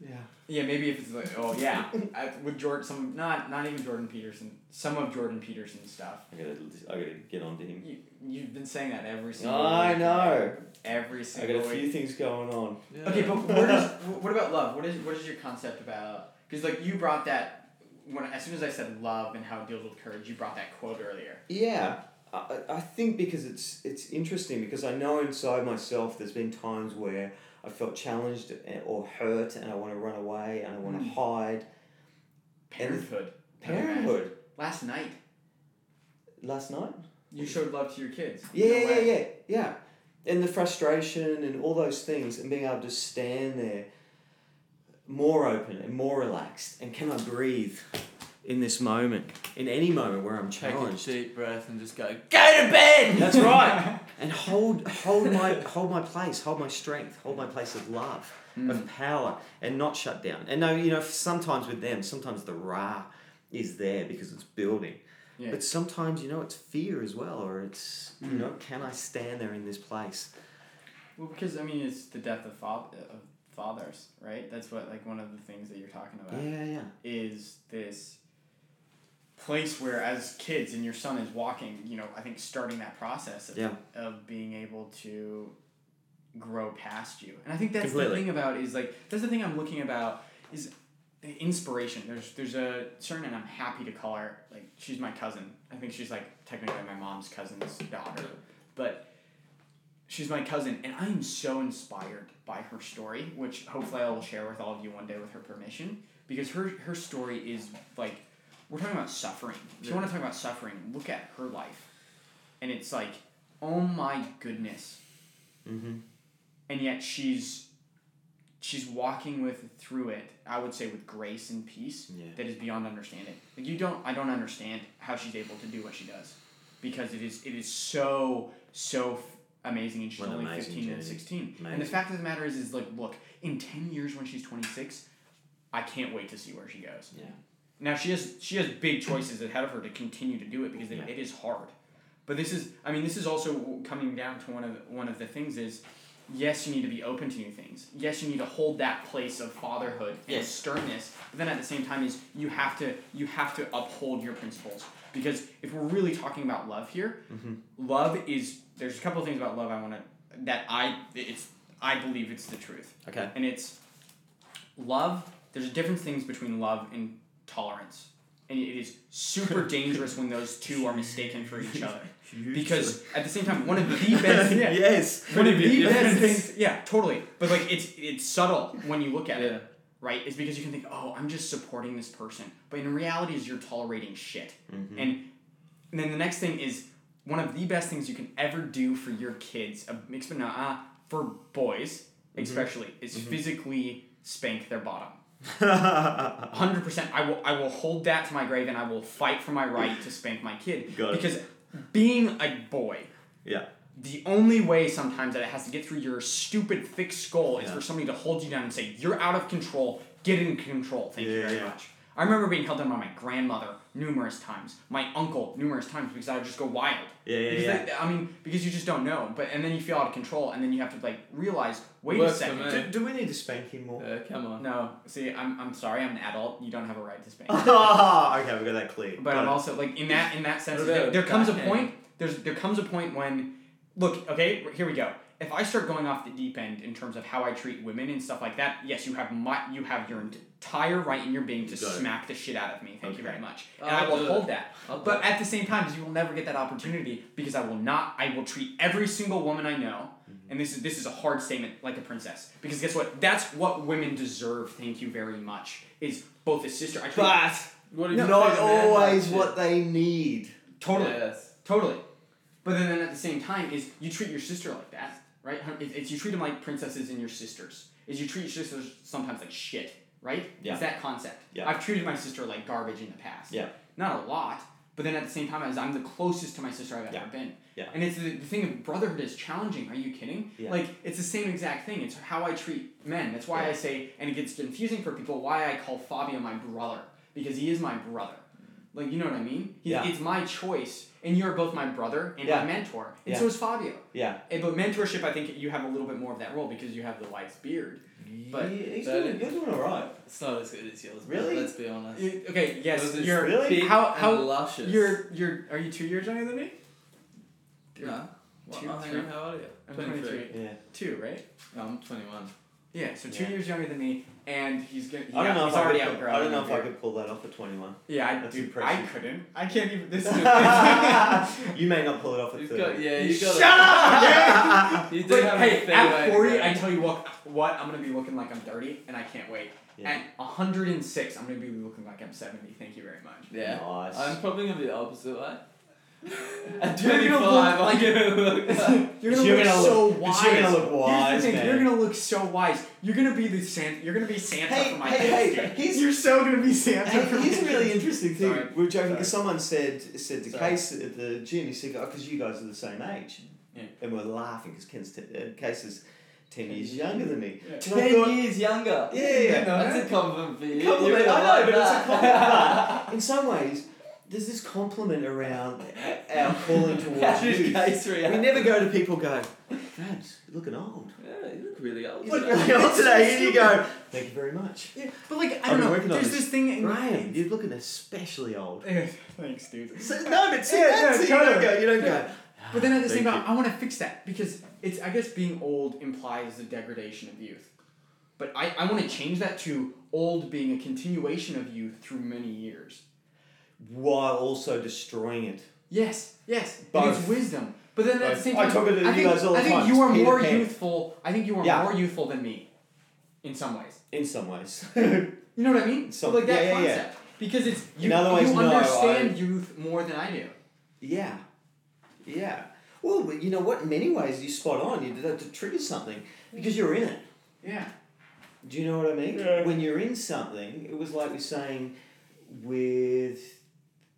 S2: Yeah.
S4: Yeah, maybe if it's like, oh yeah, I, with Jordan, some not not even Jordan Peterson, some of Jordan Peterson's stuff.
S2: I gotta, I gotta get on to him.
S4: You you've been saying that every single.
S2: I
S4: week.
S2: know.
S4: Every
S2: I
S4: single
S2: got a
S4: week.
S2: few things going on.
S3: Yeah.
S4: Okay, but what is wh- what about love? What is what is your concept about? Because like you brought that when as soon as I said love and how it deals with courage, you brought that quote earlier.
S2: Yeah, I, I- I think because it's it's interesting because I know inside myself there's been times where I felt challenged and- or hurt and I want to run away and I want to hide.
S4: Parenthood.
S2: Parenthood
S4: Last night,
S2: last night.
S4: you showed love to your kids.
S2: Yeah,
S4: No
S2: yeah, yeah,
S4: way.
S2: yeah, yeah. And the frustration and all those things and being able to stand there more open and more relaxed and can I breathe in this moment in any moment where I'm
S3: Take a
S2: challenged.
S3: deep breath and just go, go to bed!
S2: That's right. and hold hold my hold my place, hold my strength, hold my place of love,
S4: Mm.
S2: of power, and not shut down. And no, you know, sometimes with them, sometimes the ra is there because it's building.
S4: Yeah.
S2: But sometimes, you know, it's fear as well, or it's you
S4: Mm.
S2: know, can I stand there in this place?
S4: Well, because I mean, it's the death of, fath- of fathers, right? That's what like one of the things that you're talking about.
S2: Yeah, yeah, yeah.
S4: is this place where as kids and your son is walking you know i think starting that process of,
S2: Yeah.
S4: of being able to grow past you and i think that's the
S2: Completely.
S4: thing about is like that's the thing i'm looking about is the inspiration there's there's a certain and i'm happy to call her like she's my cousin i think she's like technically my mom's cousin's daughter but she's my cousin and i am so inspired by her story which hopefully i will share with all of you one day with her permission because her her story is like we're talking about suffering if you want to talk about suffering look at her life and it's like oh my goodness
S2: Mm-hmm.
S4: and yet she's she's walking with through it i would say with grace and peace
S2: Yeah.
S4: that is beyond understanding like you don't i don't understand how she's able to do what she does because it is it is so so f- amazing and she's
S2: What an
S4: only
S2: amazing
S4: 15 and
S2: journey.
S4: 16 and the
S2: Amazing.
S4: fact of the matter is is like look in 10 years when she's 26 i can't wait to see where she goes
S2: Yeah.
S4: now she has she has big choices ahead of her to continue to do it because it,
S2: Yeah.
S4: it is hard. But this is I mean this is also coming down to one of one of the things is yes you need to be open to new things. Yes you need to hold that place of fatherhood and
S3: Yes.
S4: sternness. But then at the same time is you have to you have to uphold your principles because if we're really talking about love here, love is there's a couple of things about love I want to that I it's I believe it's the truth
S2: Okay.
S4: and it's love. There's different things between love and tolerance, and it is super dangerous when those two are mistaken for each other. Because at the same time, one of the best,
S2: yes.
S4: one of
S8: Could be
S4: the
S8: a
S4: best
S8: difference.
S4: things, yeah, totally. But like, it's it's subtle when you look at it, right? It's because you can think, oh, I'm just supporting this person, but in reality, is you're tolerating shit.
S2: Mm-hmm.
S4: And, and then the next thing is one of the best things you can ever do for your kids, uh, ex- no, uh, for boys
S2: Mm-hmm.
S4: especially, is physically spank their bottom. Hundred percent. I will. I will hold that to my grave, and I will fight for my right to spank my kid.
S2: Got it.
S4: because being a boy,
S2: yeah.
S4: the only way sometimes that it has to get through your stupid thick skull is
S2: Yeah.
S4: for somebody to hold you down and say you're out of control get in control thank you
S2: Yeah,
S4: very
S2: yeah.
S4: much i remember being held down by my grandmother numerous times my uncle numerous times because i would just go wild
S2: Yeah, yeah,
S4: because
S2: yeah.
S4: they- i mean because you just don't know but and then you feel out of control and then you have to like realize wait a
S3: Works for
S4: second
S3: me.
S2: Do, do we need to spank him more?
S3: Uh, come on.
S4: no see I'm, I'm sorry i'm an adult you don't have a right to spank
S2: Ah, okay, we got that clear.
S4: Uh, But I'm
S2: Got
S4: also like in that in that sense,
S3: What
S4: there,
S3: about
S4: there comes a
S3: backhand?
S4: point. There's there comes a point when, look, okay, here we go. If I start going off the deep end in terms of how I treat women and stuff like that, yes, you have my you have your entire right in your being to
S2: Got it.
S4: smack the shit out of me. Thank you
S2: Okay.
S4: very much,
S3: Oh,
S4: and I will
S3: good.
S4: hold that.
S3: I'll
S4: But at the same time, you will never get that opportunity because I will not. I will treat every single woman I know,
S2: Mm-hmm.
S4: and this is this is a hard statement, like a princess. Because guess what? That's what women deserve. Thank you very much. Is both a sister. I treat
S2: But
S3: What
S2: it.
S3: if you
S2: Not
S3: play the man
S2: always
S3: like
S2: what they need.
S4: totally.
S3: Yes.
S4: Totally. But then, then at the same time, is you treat your sister like that, right? Hun- It's, it's you treat them like princesses and your sisters. Is you treat your sisters sometimes like shit, right?
S2: Yeah.
S4: It's that concept.
S2: Yeah.
S4: I've treated my sister like garbage in the past.
S2: Yeah.
S4: Not a lot, but then at the same time, as I'm the closest to my sister I've
S2: Yeah.
S4: ever been.
S2: Yeah.
S4: And it's the, the thing of brotherhood is challenging. Are you kidding?
S2: Yeah.
S4: Like it's the same exact thing. It's how I treat men. That's why I say, and it gets confusing for people. Why I call Fabio my brother because he is my brother. Like you know what I mean? He-
S2: Mm. Yeah.
S4: It's my choice, and you're both my brother and
S2: Yeah.
S4: my mentor, and
S2: Yeah.
S4: so is Fabio.
S2: Yeah.
S4: And, but mentorship, I think you have a little bit more of that role because you have the wife's beard. But-
S2: yeah, he's
S3: but-
S2: doing, you're doing all right.
S3: It's not as good as yours. but
S2: Really?
S3: Let's be honest.
S4: You- Eh, okay. Yes.
S3: Yours is
S4: You're
S2: really
S3: Big
S4: how
S3: and
S4: how
S3: luscious.
S4: you're you're are you two years younger than me?
S3: no. What,
S4: two,
S3: I think
S4: three.
S3: I'm how old are you?
S4: I'm 23.
S2: Yeah.
S4: Two, right?
S3: No, I'm 21.
S4: Yeah, so two
S2: Yeah.
S4: years younger than me, and he's gonna. He
S2: I don't
S4: got-
S2: know
S4: he's
S2: if I
S4: already
S2: could, put-
S4: outgrown.
S2: I don't know
S4: me
S2: if I
S4: there.
S2: could pull that off at 21.
S4: Yeah, I,
S2: That's
S4: dude, I
S2: impressive.
S4: couldn't. I can't even. This is.
S2: you may not pull it off at
S3: You've
S2: 30.
S3: got, yeah, you got
S4: Shut up! yeah!
S3: You do
S4: But
S3: have
S4: hey,
S3: a
S4: at
S3: fairway,
S4: 40,
S3: bro.
S4: I tell you what, what I'm gonna be looking like I'm 30, and I can't wait.
S2: Yeah.
S4: And 106, I'm gonna be looking like I'm 70. Thank you very much.
S3: Yeah.
S2: Nice.
S3: I'm probably gonna be the opposite way. At
S4: You're gonna
S3: 25,
S4: look
S3: I'm
S4: like-
S3: gonna look like
S4: You're gonna
S2: You're
S4: look
S2: gonna
S4: so
S2: look-
S4: wise.
S2: you're gonna look wise,
S4: Here's the thing,
S2: man.
S4: You're gonna look so wise. You're gonna be the Santa. You're gonna be Santa
S2: Hey,
S4: for my
S2: hey,
S4: kids,
S2: hey,
S4: dude.
S2: he's-
S4: you're so gonna be Santa.
S2: Hey,
S4: for
S2: here's a
S4: my
S2: really
S4: kids.
S2: interesting thing.
S4: Sorry.
S2: We were joking
S4: Sorry.
S2: because someone said said to
S4: Sorry.
S2: Case at the gym. He said, "Because you guys are the same age,"
S7: Yeah.
S2: and we're laughing because Ken's t- uh, Case is ten years younger than me.
S4: Yeah.
S2: And I
S3: 10
S2: thought,
S3: years younger.
S2: Yeah, yeah, yeah.
S3: That's a compliment for you.
S2: Compliment,
S3: You're gonna
S2: I know,
S3: like
S2: but it's a
S3: that.
S2: compliment. in some ways, there's this compliment around our calling towards
S3: How did
S2: youth.
S3: Case
S2: We
S3: react?
S2: never go to people go, Fabs, you're looking old.
S3: Yeah, you look really old.
S2: You look
S3: today.
S2: really old today. Here you go. Thank you very much.
S4: Yeah, but like I
S2: I've
S4: don't
S2: been
S4: know.
S2: working on
S4: There's
S2: this.
S4: this thing in
S2: Ryan, you're looking especially old.
S4: Yeah, Thanks, dude.
S2: So, no, but see,
S4: Yeah,
S2: that's
S4: yeah,
S2: it. You don't
S4: totally.
S2: go, you don't go.
S4: Yeah. But then at the same
S2: Thank
S4: time, I want to fix that because it's I guess being old implies the degradation of youth. But I, I want to change that to old being a continuation of youth through many years.
S2: While also destroying it.
S4: Yes, yes.
S2: Both.
S4: It's wisdom. But then at
S2: Both.
S4: the same
S2: I
S4: time,
S2: talk about it to
S4: I
S2: you
S4: think,
S2: guys all the
S4: I think
S2: time.
S4: you are
S2: Peter
S4: more
S2: Pan.
S4: youthful. I think you are
S2: Yeah.
S4: more youthful than me, in some ways.
S2: In some ways.
S4: You know what I mean?
S2: Some-
S4: So like that
S2: yeah, yeah, yeah.
S4: concept. Because it's you,
S2: In other ways,
S4: you
S2: no, I-
S4: understand youth more than I do.
S2: yeah. Yeah. Well, but you know what? In many ways, you spot on. You did that to trigger something because you're in it.
S4: Yeah.
S2: Do you know what I mean?
S4: Yeah.
S2: When you're in something, it was like we're saying with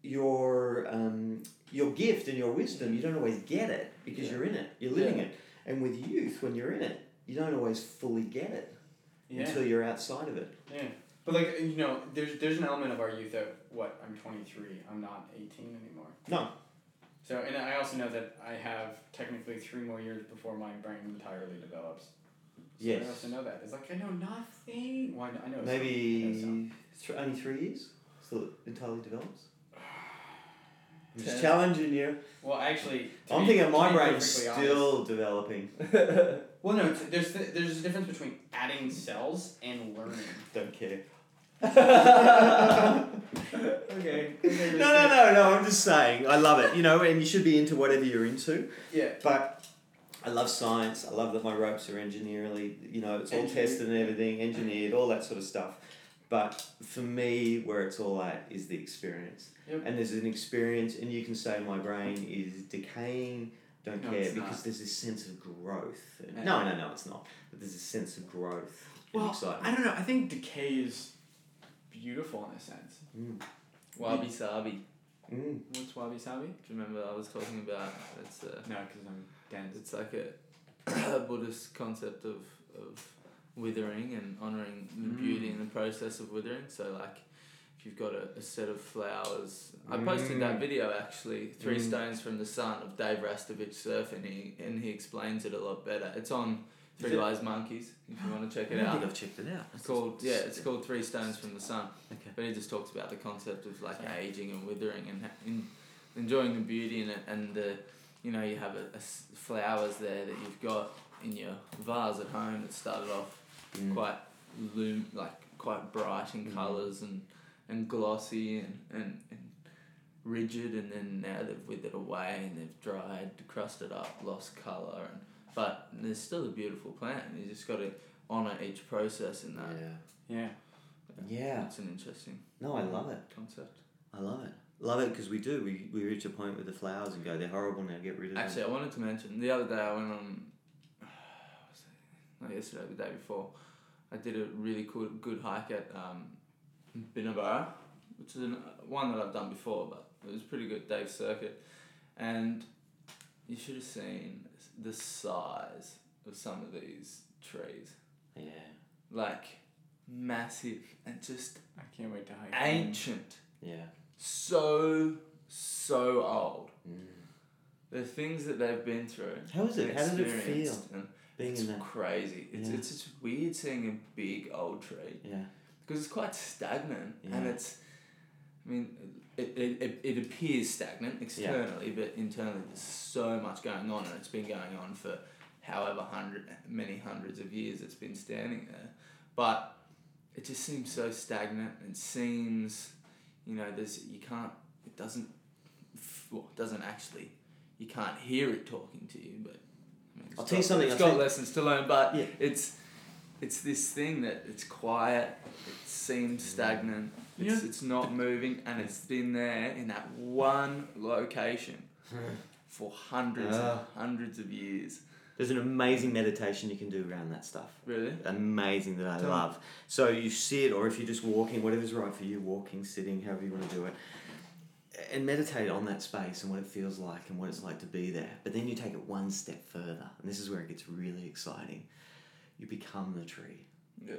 S2: your um, your gift and your wisdom, you don't always get it because you're in it. You're living it. And with youth, when you're in it, you don't always fully get it
S4: Yeah.
S2: until you're outside of it.
S4: But like you know, there's there's an element of our youth that what I'm 23, I'm not 18 anymore.
S2: No.
S4: So and I also know that I have technically three more years before my brain entirely develops. So I
S2: Yes.
S4: also know that it's like I know nothing. Well, I know, I know some. I know some.
S2: Maybe th- only three years till it entirely develops. I'm just
S3: Ten.
S2: challenging you.
S4: Well, actually, to
S2: I'm
S4: be-
S2: thinking
S4: to
S2: my
S4: be
S2: brain's
S4: perfectly
S2: still
S4: honest-
S2: developing.
S4: Well, no, it's- there's th- there's a difference between adding cells and learning.
S2: Don't care.
S4: okay.
S2: No, no, no, no. I'm just saying. I love it. You know, and you should be into whatever you're into.
S4: Yeah.
S2: But I love science. I love that my ropes are engineerily, you know, it's all
S4: Engineered.
S2: tested and everything, engineered, all that sort of stuff. But for me, where it's all at is the experience.
S4: Yep.
S2: And there's an experience, and you can say my brain is decaying. Don't
S4: No,
S2: care
S4: it's
S2: because
S4: not.
S2: there's this sense of growth. And,
S3: Yeah.
S2: no, no, no, it's not. But there's a sense of growth and
S4: Well,
S2: excitement.
S4: I don't know. I think decay is beautiful in a sense.
S3: Wabi Sabi. Do
S2: Mm.
S4: What's wabi sabi?
S3: you remember I was talking about it's uh,
S4: No, because I'm dead.
S3: it's like a Buddhist concept of of withering and honouring the
S2: Mm.
S3: beauty in the process of withering. So like if you've got a, a set of flowers I posted that video actually, Three
S2: Mm.
S3: Stones from the Sun of Dave Rastovich surfing he and he explains it a lot better. It's on Three
S2: it-
S3: Lies Monkeys if you want to check
S2: I
S3: it
S2: don't
S3: out.
S2: think I've checked it out.
S3: It's called yeah, it's called Three Stones from the Sun.
S2: Okay.
S3: But he just talks about the concept of like aging and withering and ha- in, enjoying the beauty in it and the, you know, you have a, a s- flowers there that you've got in your vase at home that started off
S2: Mm.
S3: quite loom like quite bright in
S2: Mhm.
S3: colours and and glossy and, and, and rigid and then now they've withered away and they've dried, crusted up, lost colour and but there's still a beautiful plant. You just got to honor each process in that.
S2: Yeah.
S4: Yeah.
S2: Yeah.
S3: It's an interesting
S2: No, I love it.
S3: concept.
S2: I love it. Love it because we do. We, we reach a point with the flowers and go, they're horrible now, get rid of
S3: Actually, I wanted to mention the other day I went on, was it- not yesterday, the day before, I did a really cool, good hike at um, Binnaburra, which is an, one that I've done before, but it was pretty good, Dave Circuit. And you should have seen the size of some of these trees.
S2: them. Yeah.
S3: Like, massive and just
S4: I can't wait to hike.
S2: Mm-hmm.
S3: ancient.
S2: Yeah.
S3: So, so old.
S2: Mm.
S3: The things that they've been through.
S2: How is it? How did it feel
S3: experienced, and
S2: being
S3: it's
S2: in that?
S3: crazy. It's,
S2: Yeah.
S3: it's just weird seeing a big old tree
S2: Yeah.
S3: because it's quite stagnant and
S2: Yeah.
S3: it's. I mean, it, it, it, it appears stagnant externally, but internally there's so much going on and it's been going on for however hundred many hundreds of years it's been standing there. But it just seems so stagnant. It seems, you know, there's you can't. It doesn't. Well, it doesn't actually. You can't hear it talking to you, but. I mean, it's
S2: I'll tell you
S3: got-
S2: something,
S3: It's
S2: I'll
S3: got
S2: tell-
S3: lessons to learn, but
S2: Yeah.
S3: it's it's this thing that it's quiet. It seems stagnant.
S4: You
S3: It's, it's not moving, and it's been there in that one location for hundreds and
S2: Ah.
S3: hundreds of years.
S2: There's an amazing meditation you can do around that stuff.
S3: Really?
S2: Amazing that I
S3: Tell me.
S2: love. So you sit, or if you're just walking, whatever's right for you, walking, sitting, however you want to do it, and meditate on that space and what it feels like and what it's like to be there. But then you take it one step further, and this is where it gets really exciting. You become the tree.
S3: Yeah.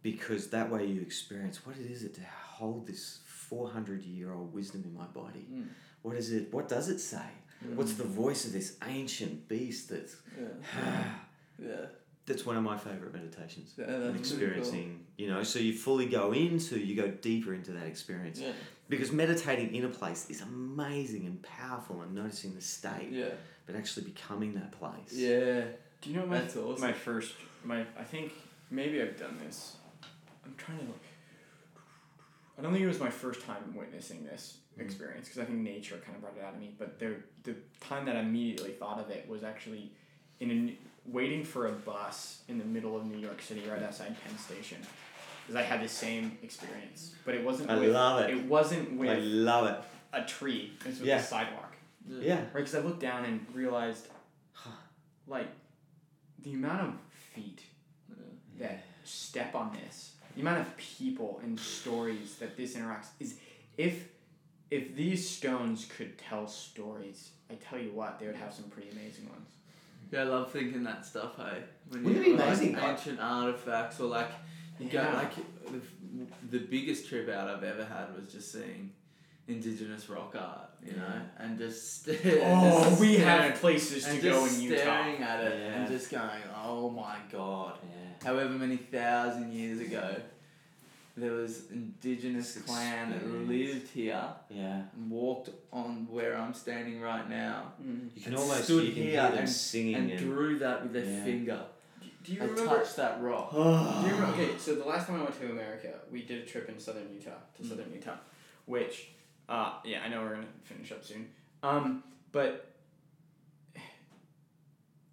S2: because that way you experience what it is it to hold this 400 year old wisdom in my body
S3: Mm.
S2: what is it what does it say what's the voice of this ancient beast that's
S3: Yeah. Yeah.
S2: that's one of my favorite meditations
S3: Yeah, that's
S2: And
S3: really
S2: experiencing you know so you fully go into you go deeper into that experience
S3: cool. Yeah.
S2: because meditating in a place is amazing and powerful and noticing the state
S3: Yeah.
S2: but actually becoming that place
S3: Yeah.
S4: Do you know my
S3: That's awesome.
S4: my first my I think maybe I've done this. I'm trying to look. I don't think it was my first time witnessing this experience because I think nature kind of brought it out of me. But the the time that I immediately thought of it was actually in a, n- waiting for a bus in the middle of New York City right outside Penn Station because I had the same experience, but it wasn't.
S2: I
S4: with,
S2: love it.
S4: It wasn't
S2: i
S4: with
S2: love it
S4: a tree. It was with
S2: Yeah.
S4: a sidewalk.
S2: yeah
S4: Right, because I looked down and realized, like, the amount of feet that step on this, the amount of people and stories that this interacts is, if, if these stones could tell stories, I tell you what, they would have some pretty amazing ones.
S3: Yeah, I love thinking that stuff, hey. When
S2: Wouldn't
S3: you-
S2: it be
S3: like,
S2: amazing?
S3: ancient artifacts or like you
S4: Yeah.
S3: go like the, the biggest trip out I've ever had was just seeing indigenous rock art, you know, and just st-
S4: Oh,
S3: just
S4: we
S3: staring-
S4: have places to
S3: and
S4: go
S3: just
S4: in Utah.
S3: staring at it and
S2: Yeah.
S3: just going, oh my god.
S2: yeah
S3: however many thousand years ago, there was indigenous clan that lived here
S2: yeah
S3: and walked on where I'm standing right now
S4: Mm-hmm.
S2: you can
S3: And
S2: almost
S3: stood
S2: you can
S3: here
S2: hear them
S3: and-
S2: singing
S3: and
S2: and
S3: drew that with their
S2: Yeah.
S3: finger.
S7: Do you
S3: and
S7: remember?
S3: touched that rock.
S2: Oh.
S7: Do you remember? Okay, so the last time I went to America, we did a trip in southern Utah to
S3: Mm.
S7: southern Utah.
S4: Which, uh, yeah, I know we're gonna finish up soon. Um, but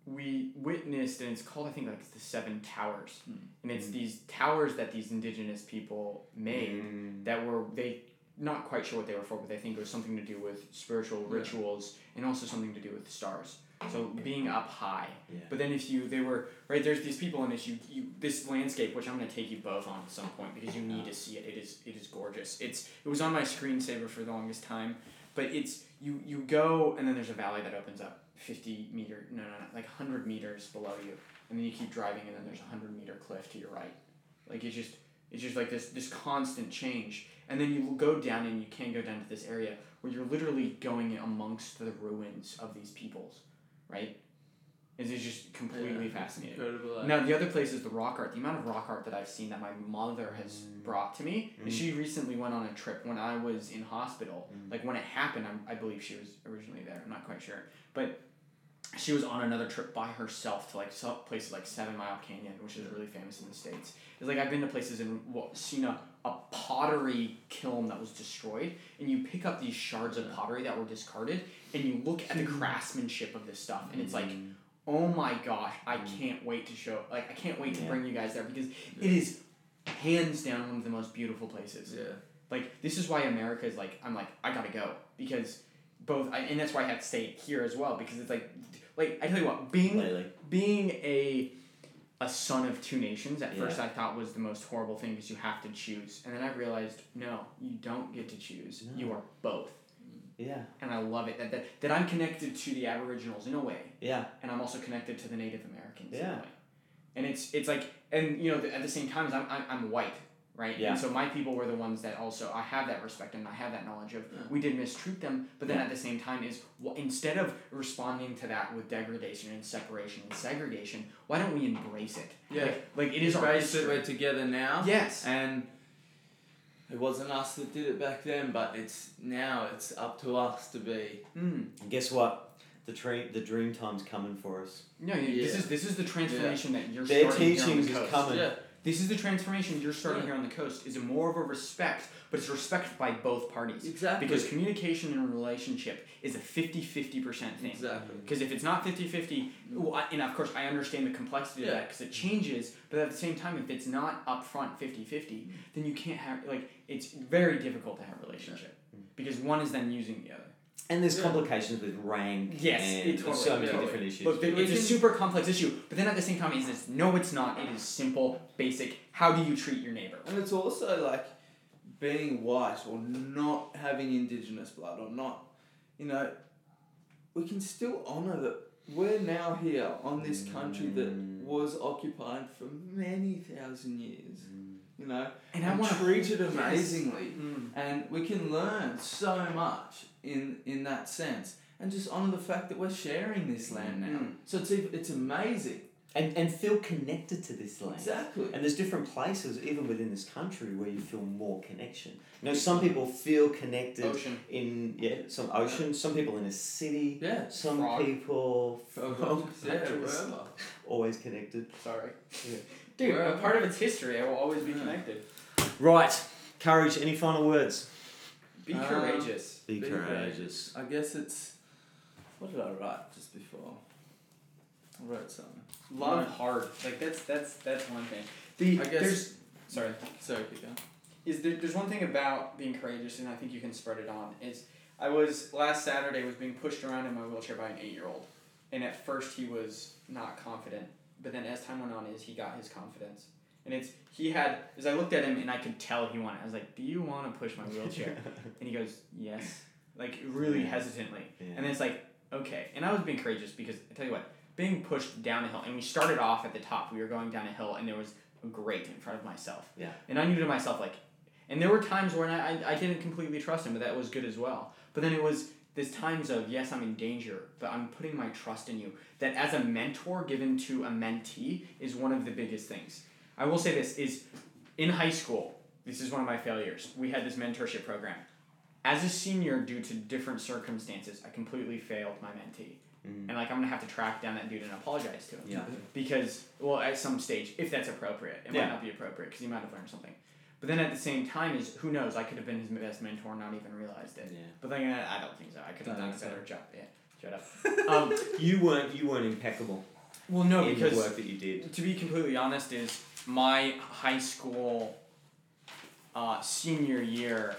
S4: we witnessed, and it's called I think like the Seven Towers,
S3: Mm.
S4: and it's these towers that these indigenous people made
S2: Mm.
S4: that were they not quite sure what they were for, but they think it was something to do with spiritual
S3: Yeah.
S4: rituals and also something to do with the stars. So being up high.
S2: Yeah.
S4: But then if you they were right there's these people and if you, you this landscape which I'm gonna take you both on at some point because you need to see it. It is it is gorgeous. It's it was on my screensaver for the longest time, but it's you you go and then there's a valley that opens up fifty meter no no no like hundred meters below you and then you keep driving and then there's a hundred meter cliff to your right, like it's just it's just like this this constant change and then you go down and you can go down to this area where you're literally going amongst the ruins of these peoples, right? It is just completely
S3: Yeah.
S4: fascinating.
S3: Incredible. eh?
S4: Now the other place is the rock art. The amount of rock art that I've seen that my mother has brought to me, and she recently went on a trip when I was in hospital. Like when it happened, I'm, I believe she was originally there. I'm not quite sure, but she was on another trip by herself to like so- places like Seven Mile Canyon, which is really famous in the states. It's like I've been to places and well, seen a, a pottery kiln that was destroyed, and you pick up these shards of pottery that were discarded, and you look at the craftsmanship of this stuff, and it's like
S2: Mm.
S4: oh my gosh, I can't wait to show, like, I can't wait to
S2: Yeah.
S4: bring you guys there because it is hands down one of the most beautiful places.
S3: Yeah.
S4: Like, this is why America is like, I'm like, I gotta go because both, I, and that's why I had to stay here as well because it's like, like, I tell you what, being
S2: Lately.
S4: being a a son of two nations at
S2: Yeah.
S4: first I thought was the most horrible thing because you have to choose. And then I realized, no, you don't get to choose. You are both.
S2: Yeah,
S4: And I love it that, that that I'm connected to the Aboriginals in a way
S2: yeah,
S4: and I'm also connected to the Native Americans. in a
S2: Yeah.
S4: way. And it's it's like and you know at the same time as I'm I'm, I'm white right
S2: Yeah.
S4: and so my people were the ones that also I have that respect and I have that knowledge of we did mistreat them but then at the same time is wh- instead of responding to that with degradation and separation and segregation why don't we embrace it
S3: Yeah.
S4: like, like it is our
S3: Embrace it,
S4: history.
S3: we're together now.
S4: yes
S3: And it wasn't us that did it back then, but it's now it's up to us to be
S4: mm.
S2: And guess what? The train, the dream time's coming for us.
S4: No, you- this
S3: Yeah.
S4: is this is the transformation that you're
S2: Their
S4: starting here on
S2: teachings
S4: the
S2: is
S4: coast.
S2: coming.
S3: Yeah.
S4: This is the transformation you're starting
S3: Yeah.
S4: here on the coast. Is a more of a respect, but it's respect by both parties.
S2: Uh,
S3: Exactly.
S4: Because communication in a relationship is a 50-50% thing.
S3: exactly.
S4: Because if it's not 50-50, well, I- and of course I understand the complexity of
S3: Yeah.
S4: that because it changes, but at the same time, if it's not upfront
S2: Mm.
S4: 50-50, then you can't have, like, it's very difficult to have a relationship.
S2: Mm.
S4: Because one is then using the other.
S2: And there's
S3: Yeah.
S2: complications with rank.
S4: Yes,
S2: and
S4: it totally-
S2: so many
S3: totally.
S2: different issues.
S4: Look,
S3: We
S4: it's a
S3: can-
S4: super complex issue, but then at the same time, it's this, no, it's not. It is simple, basic. How do you treat your neighbor?
S3: And it's also like being white or not having indigenous blood or not, you know, we can still honour that we're now here on this country that was occupied for many thousand years, you know,
S4: And I Mm. want to
S3: treated amazingly. And we can learn so much in, in that sense. And just honour the fact that we're sharing this land now.
S4: Mm-hmm.
S3: So it's, ev- it's amazing.
S2: and and feel connected to this land.
S3: Exactly.
S2: And there's different places, even within this country, where you feel more connection. You know, some people feel connected
S9: Ocean.
S2: in yeah, some ocean. Some people in a city.
S3: Yeah.
S2: Some
S4: Frog.
S2: people
S3: Oh, yeah, wherever.
S2: always connected.
S9: Sorry.
S4: Dude,
S3: We're-
S4: a part of its history. I will always be
S3: Yeah.
S4: connected.
S2: Right, courage. Any final words?
S9: Be
S3: Um,
S9: courageous.
S2: Be
S3: Be
S2: courageous.
S3: I guess it's. What did I write just before? I wrote something.
S9: Love
S3: Right.
S9: hard. Like that's that's that's one thing.
S4: The,
S3: I guess-
S4: There's,
S9: Sorry.
S3: Sorry, keep going.
S9: Is there, there's one thing about being courageous, and I think you can spread it on. Is I was last Saturday was being pushed around in my wheelchair by an eight year old, and at first he was not confident, but then as time went on, is he got his confidence, and it's he had
S4: as I looked at him and I could tell he wanted. I was like, "Do you want to push my wheelchair?" and he goes, "Yes," like really
S2: Yeah.
S4: hesitantly.
S2: Yeah.
S4: And then it's like, okay. And I was being courageous because I tell you what, being pushed down a hill, and we started off at the top. We were going down a hill, and there was a grate in front of myself.
S2: Yeah.
S4: And I knew to myself like, and there were times when I I, I didn't completely trust him, but that was good as well. But then it was. There's times of yes, I'm in danger, but I'm putting my trust in you. That as a mentor given to a mentee is one of the biggest things. I will say this is in high school, this is one of my failures. We had this mentorship program. As a senior, due to different circumstances, I completely failed my mentee. And like I'm gonna have to track down that dude and apologize to him.
S2: Mm-hmm. Yeah.
S4: Because well, at some stage, if that's appropriate, it
S2: Yeah.
S4: might not be appropriate because he might have learned something. But then at the same time, is who knows? I could have been his best mentor, and not even realized it.
S2: Yeah.
S4: But then again, I don't think so. I could have
S2: No,
S4: done a
S2: that's
S4: better job. Yeah. Shut up. um,
S2: You weren't. You weren't impeccable
S4: well, no,
S2: in the
S4: because
S2: work that you did.
S4: to be completely honest, is my high school uh, senior year,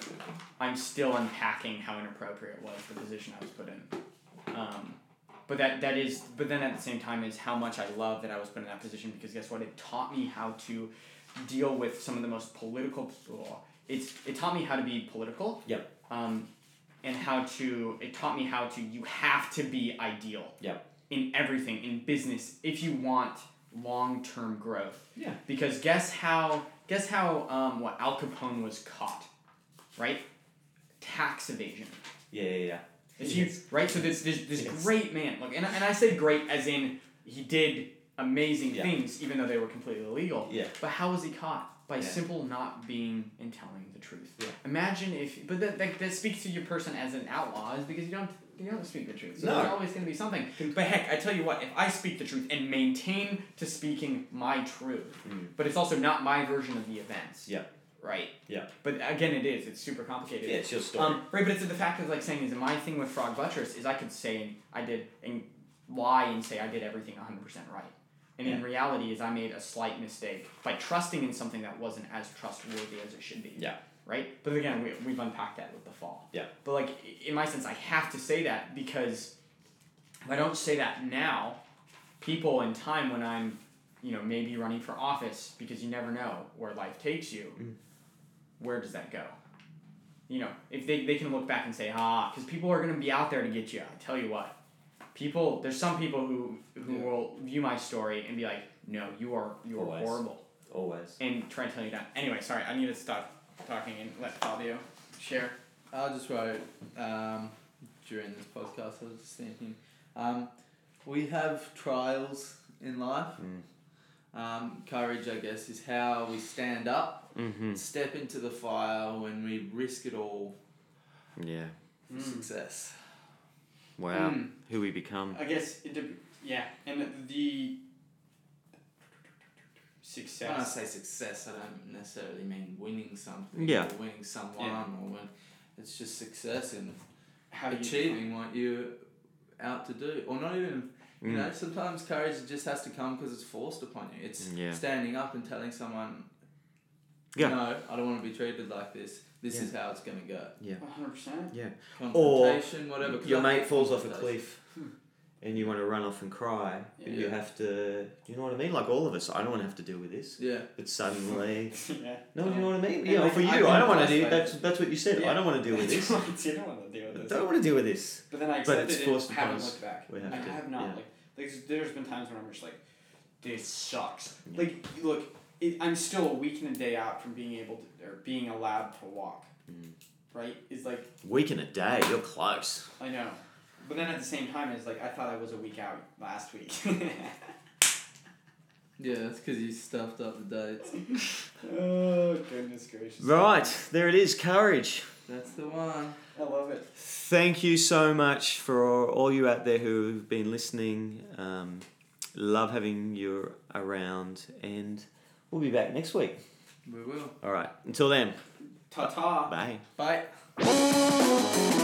S4: I'm still unpacking how inappropriate it was the position I was put in. Um, but that that is, but then at the same time is how much I love that I was put in that position because guess what? It taught me how to deal with some of the most political. people. It's it taught me how to be political.
S2: Yep.
S4: Um, and how to it taught me how to you have to be ideal
S2: Yep.
S4: in everything in business if you want long-term growth
S2: Yeah.
S4: because guess how guess how um, what al capone was caught right tax evasion
S2: Yeah. Yeah. yeah.
S4: it's you
S2: Yes.
S4: right so this this, this
S2: Yes.
S4: great man look and, and i say great as in he did amazing
S2: Yeah.
S4: things even though they were completely illegal
S2: Yeah.
S4: but how was he caught by
S2: Yeah.
S4: simple not being and telling the truth
S2: Yeah.
S4: imagine if but that, that, that speaks to your person as an outlaw is because you don't you don't speak the truth so
S2: No.
S4: there's always going to be something but heck, I tell you what, if I speak the truth and maintain to speaking my truth,
S2: Mm.
S4: but it's also not my version of the events.
S2: Yeah.
S4: Right.
S2: Yeah.
S4: But again, it is. It's super complicated.
S2: Yeah. It's your story.
S4: Um, right, but it's the fact of like saying is my thing with Frog Buttress is I could say I did and lie and say I did everything hundred percent right, and in
S2: Yeah.
S4: reality is I made a slight mistake by trusting in something that wasn't as trustworthy as it should be.
S2: Yeah.
S4: Right, but again, we we've unpacked that with the fall.
S2: Yeah.
S4: But like i- in my sense, I have to say that because if I don't say that now, people in time when I'm, you know, maybe running for office because you never know where life takes you. Where does that go? you know, if they, they can look back and say, ah, because people are going to be out there to get you. I tell you what, people, there's some people who, who
S3: Yeah.
S4: will view my story and be like, no, you are, you are
S2: Always.
S4: horrible.
S2: Always.
S4: And try and tell you that. Anyway, sorry, I need to stop talking and let Fabio share.
S3: I just wrote um, during this podcast. I was just thinking, um, we have trials in life.
S2: Mm.
S3: Um, courage, I guess, is how we stand up,
S2: Mm-hmm.
S3: step into the fire when we risk it all
S4: Hmm.
S2: Yeah.
S3: Mm. for success.
S2: Wow.
S4: Mm.
S2: Who we become.
S4: I guess it. dep- Yeah, and the
S3: When I
S4: success.
S3: say success, I don't necessarily mean winning something
S2: Yeah.
S3: or winning someone
S4: Yeah.
S3: or win. It's just success in
S4: How you
S3: achieving what you're out to do, or not even. You
S2: Mm.
S3: know, sometimes courage just has to come because it's forced upon you. It's
S2: Yeah.
S3: standing up and telling someone,
S2: Yeah.
S3: "No, I don't want to be treated like this. This
S2: Yeah.
S3: is how it's going to go."
S4: One hundred percent.
S2: Or
S3: Confrontation, whatever. 'cause
S2: Your
S3: I
S2: mate
S3: think
S2: falls off a
S3: confrontation-
S2: cliff and you want to run off and cry, but you
S3: Yeah.
S2: have to, you know what I mean? Like all of us, I don't want to have to deal with this.
S3: Yeah.
S2: But suddenly,
S4: Yeah.
S2: no, you know what I mean?
S4: And
S2: Yeah,
S4: like,
S2: for you,
S4: I've been
S2: I don't want to
S4: blessed
S2: do,
S4: by
S2: that's, that's what you said,
S4: Yeah.
S2: I don't want to deal with
S4: That's
S2: this.
S4: right, you don't want to deal
S2: I
S4: with this.
S2: don't want to deal with this.
S4: But then I
S2: But
S4: accepted
S2: it's
S4: it.
S2: forced
S4: and haven't
S2: upon us.
S4: looked back.
S2: We have
S4: I
S2: to,
S4: have not.
S2: yeah.
S4: Like, there's, there's been times when I'm just like, this sucks.
S2: Yeah.
S4: Like, look, it, I'm still a week and a day out from being able to or being allowed to walk.
S2: Mm.
S4: Right? It's like
S2: Week and a day, you're close.
S4: I know, but then at the same time, it's like I thought I was a week out last week.
S3: Yeah, that's because you stuffed up the dates.
S4: oh goodness gracious!
S2: Right, there it is, courage.
S3: That's the one.
S4: I love it.
S2: Thank you so much for all you out there who have been listening. Um, love having you around, and we'll be back next week.
S3: We will.
S2: All right, until then,
S4: Ta ta.
S2: bye.
S3: Bye.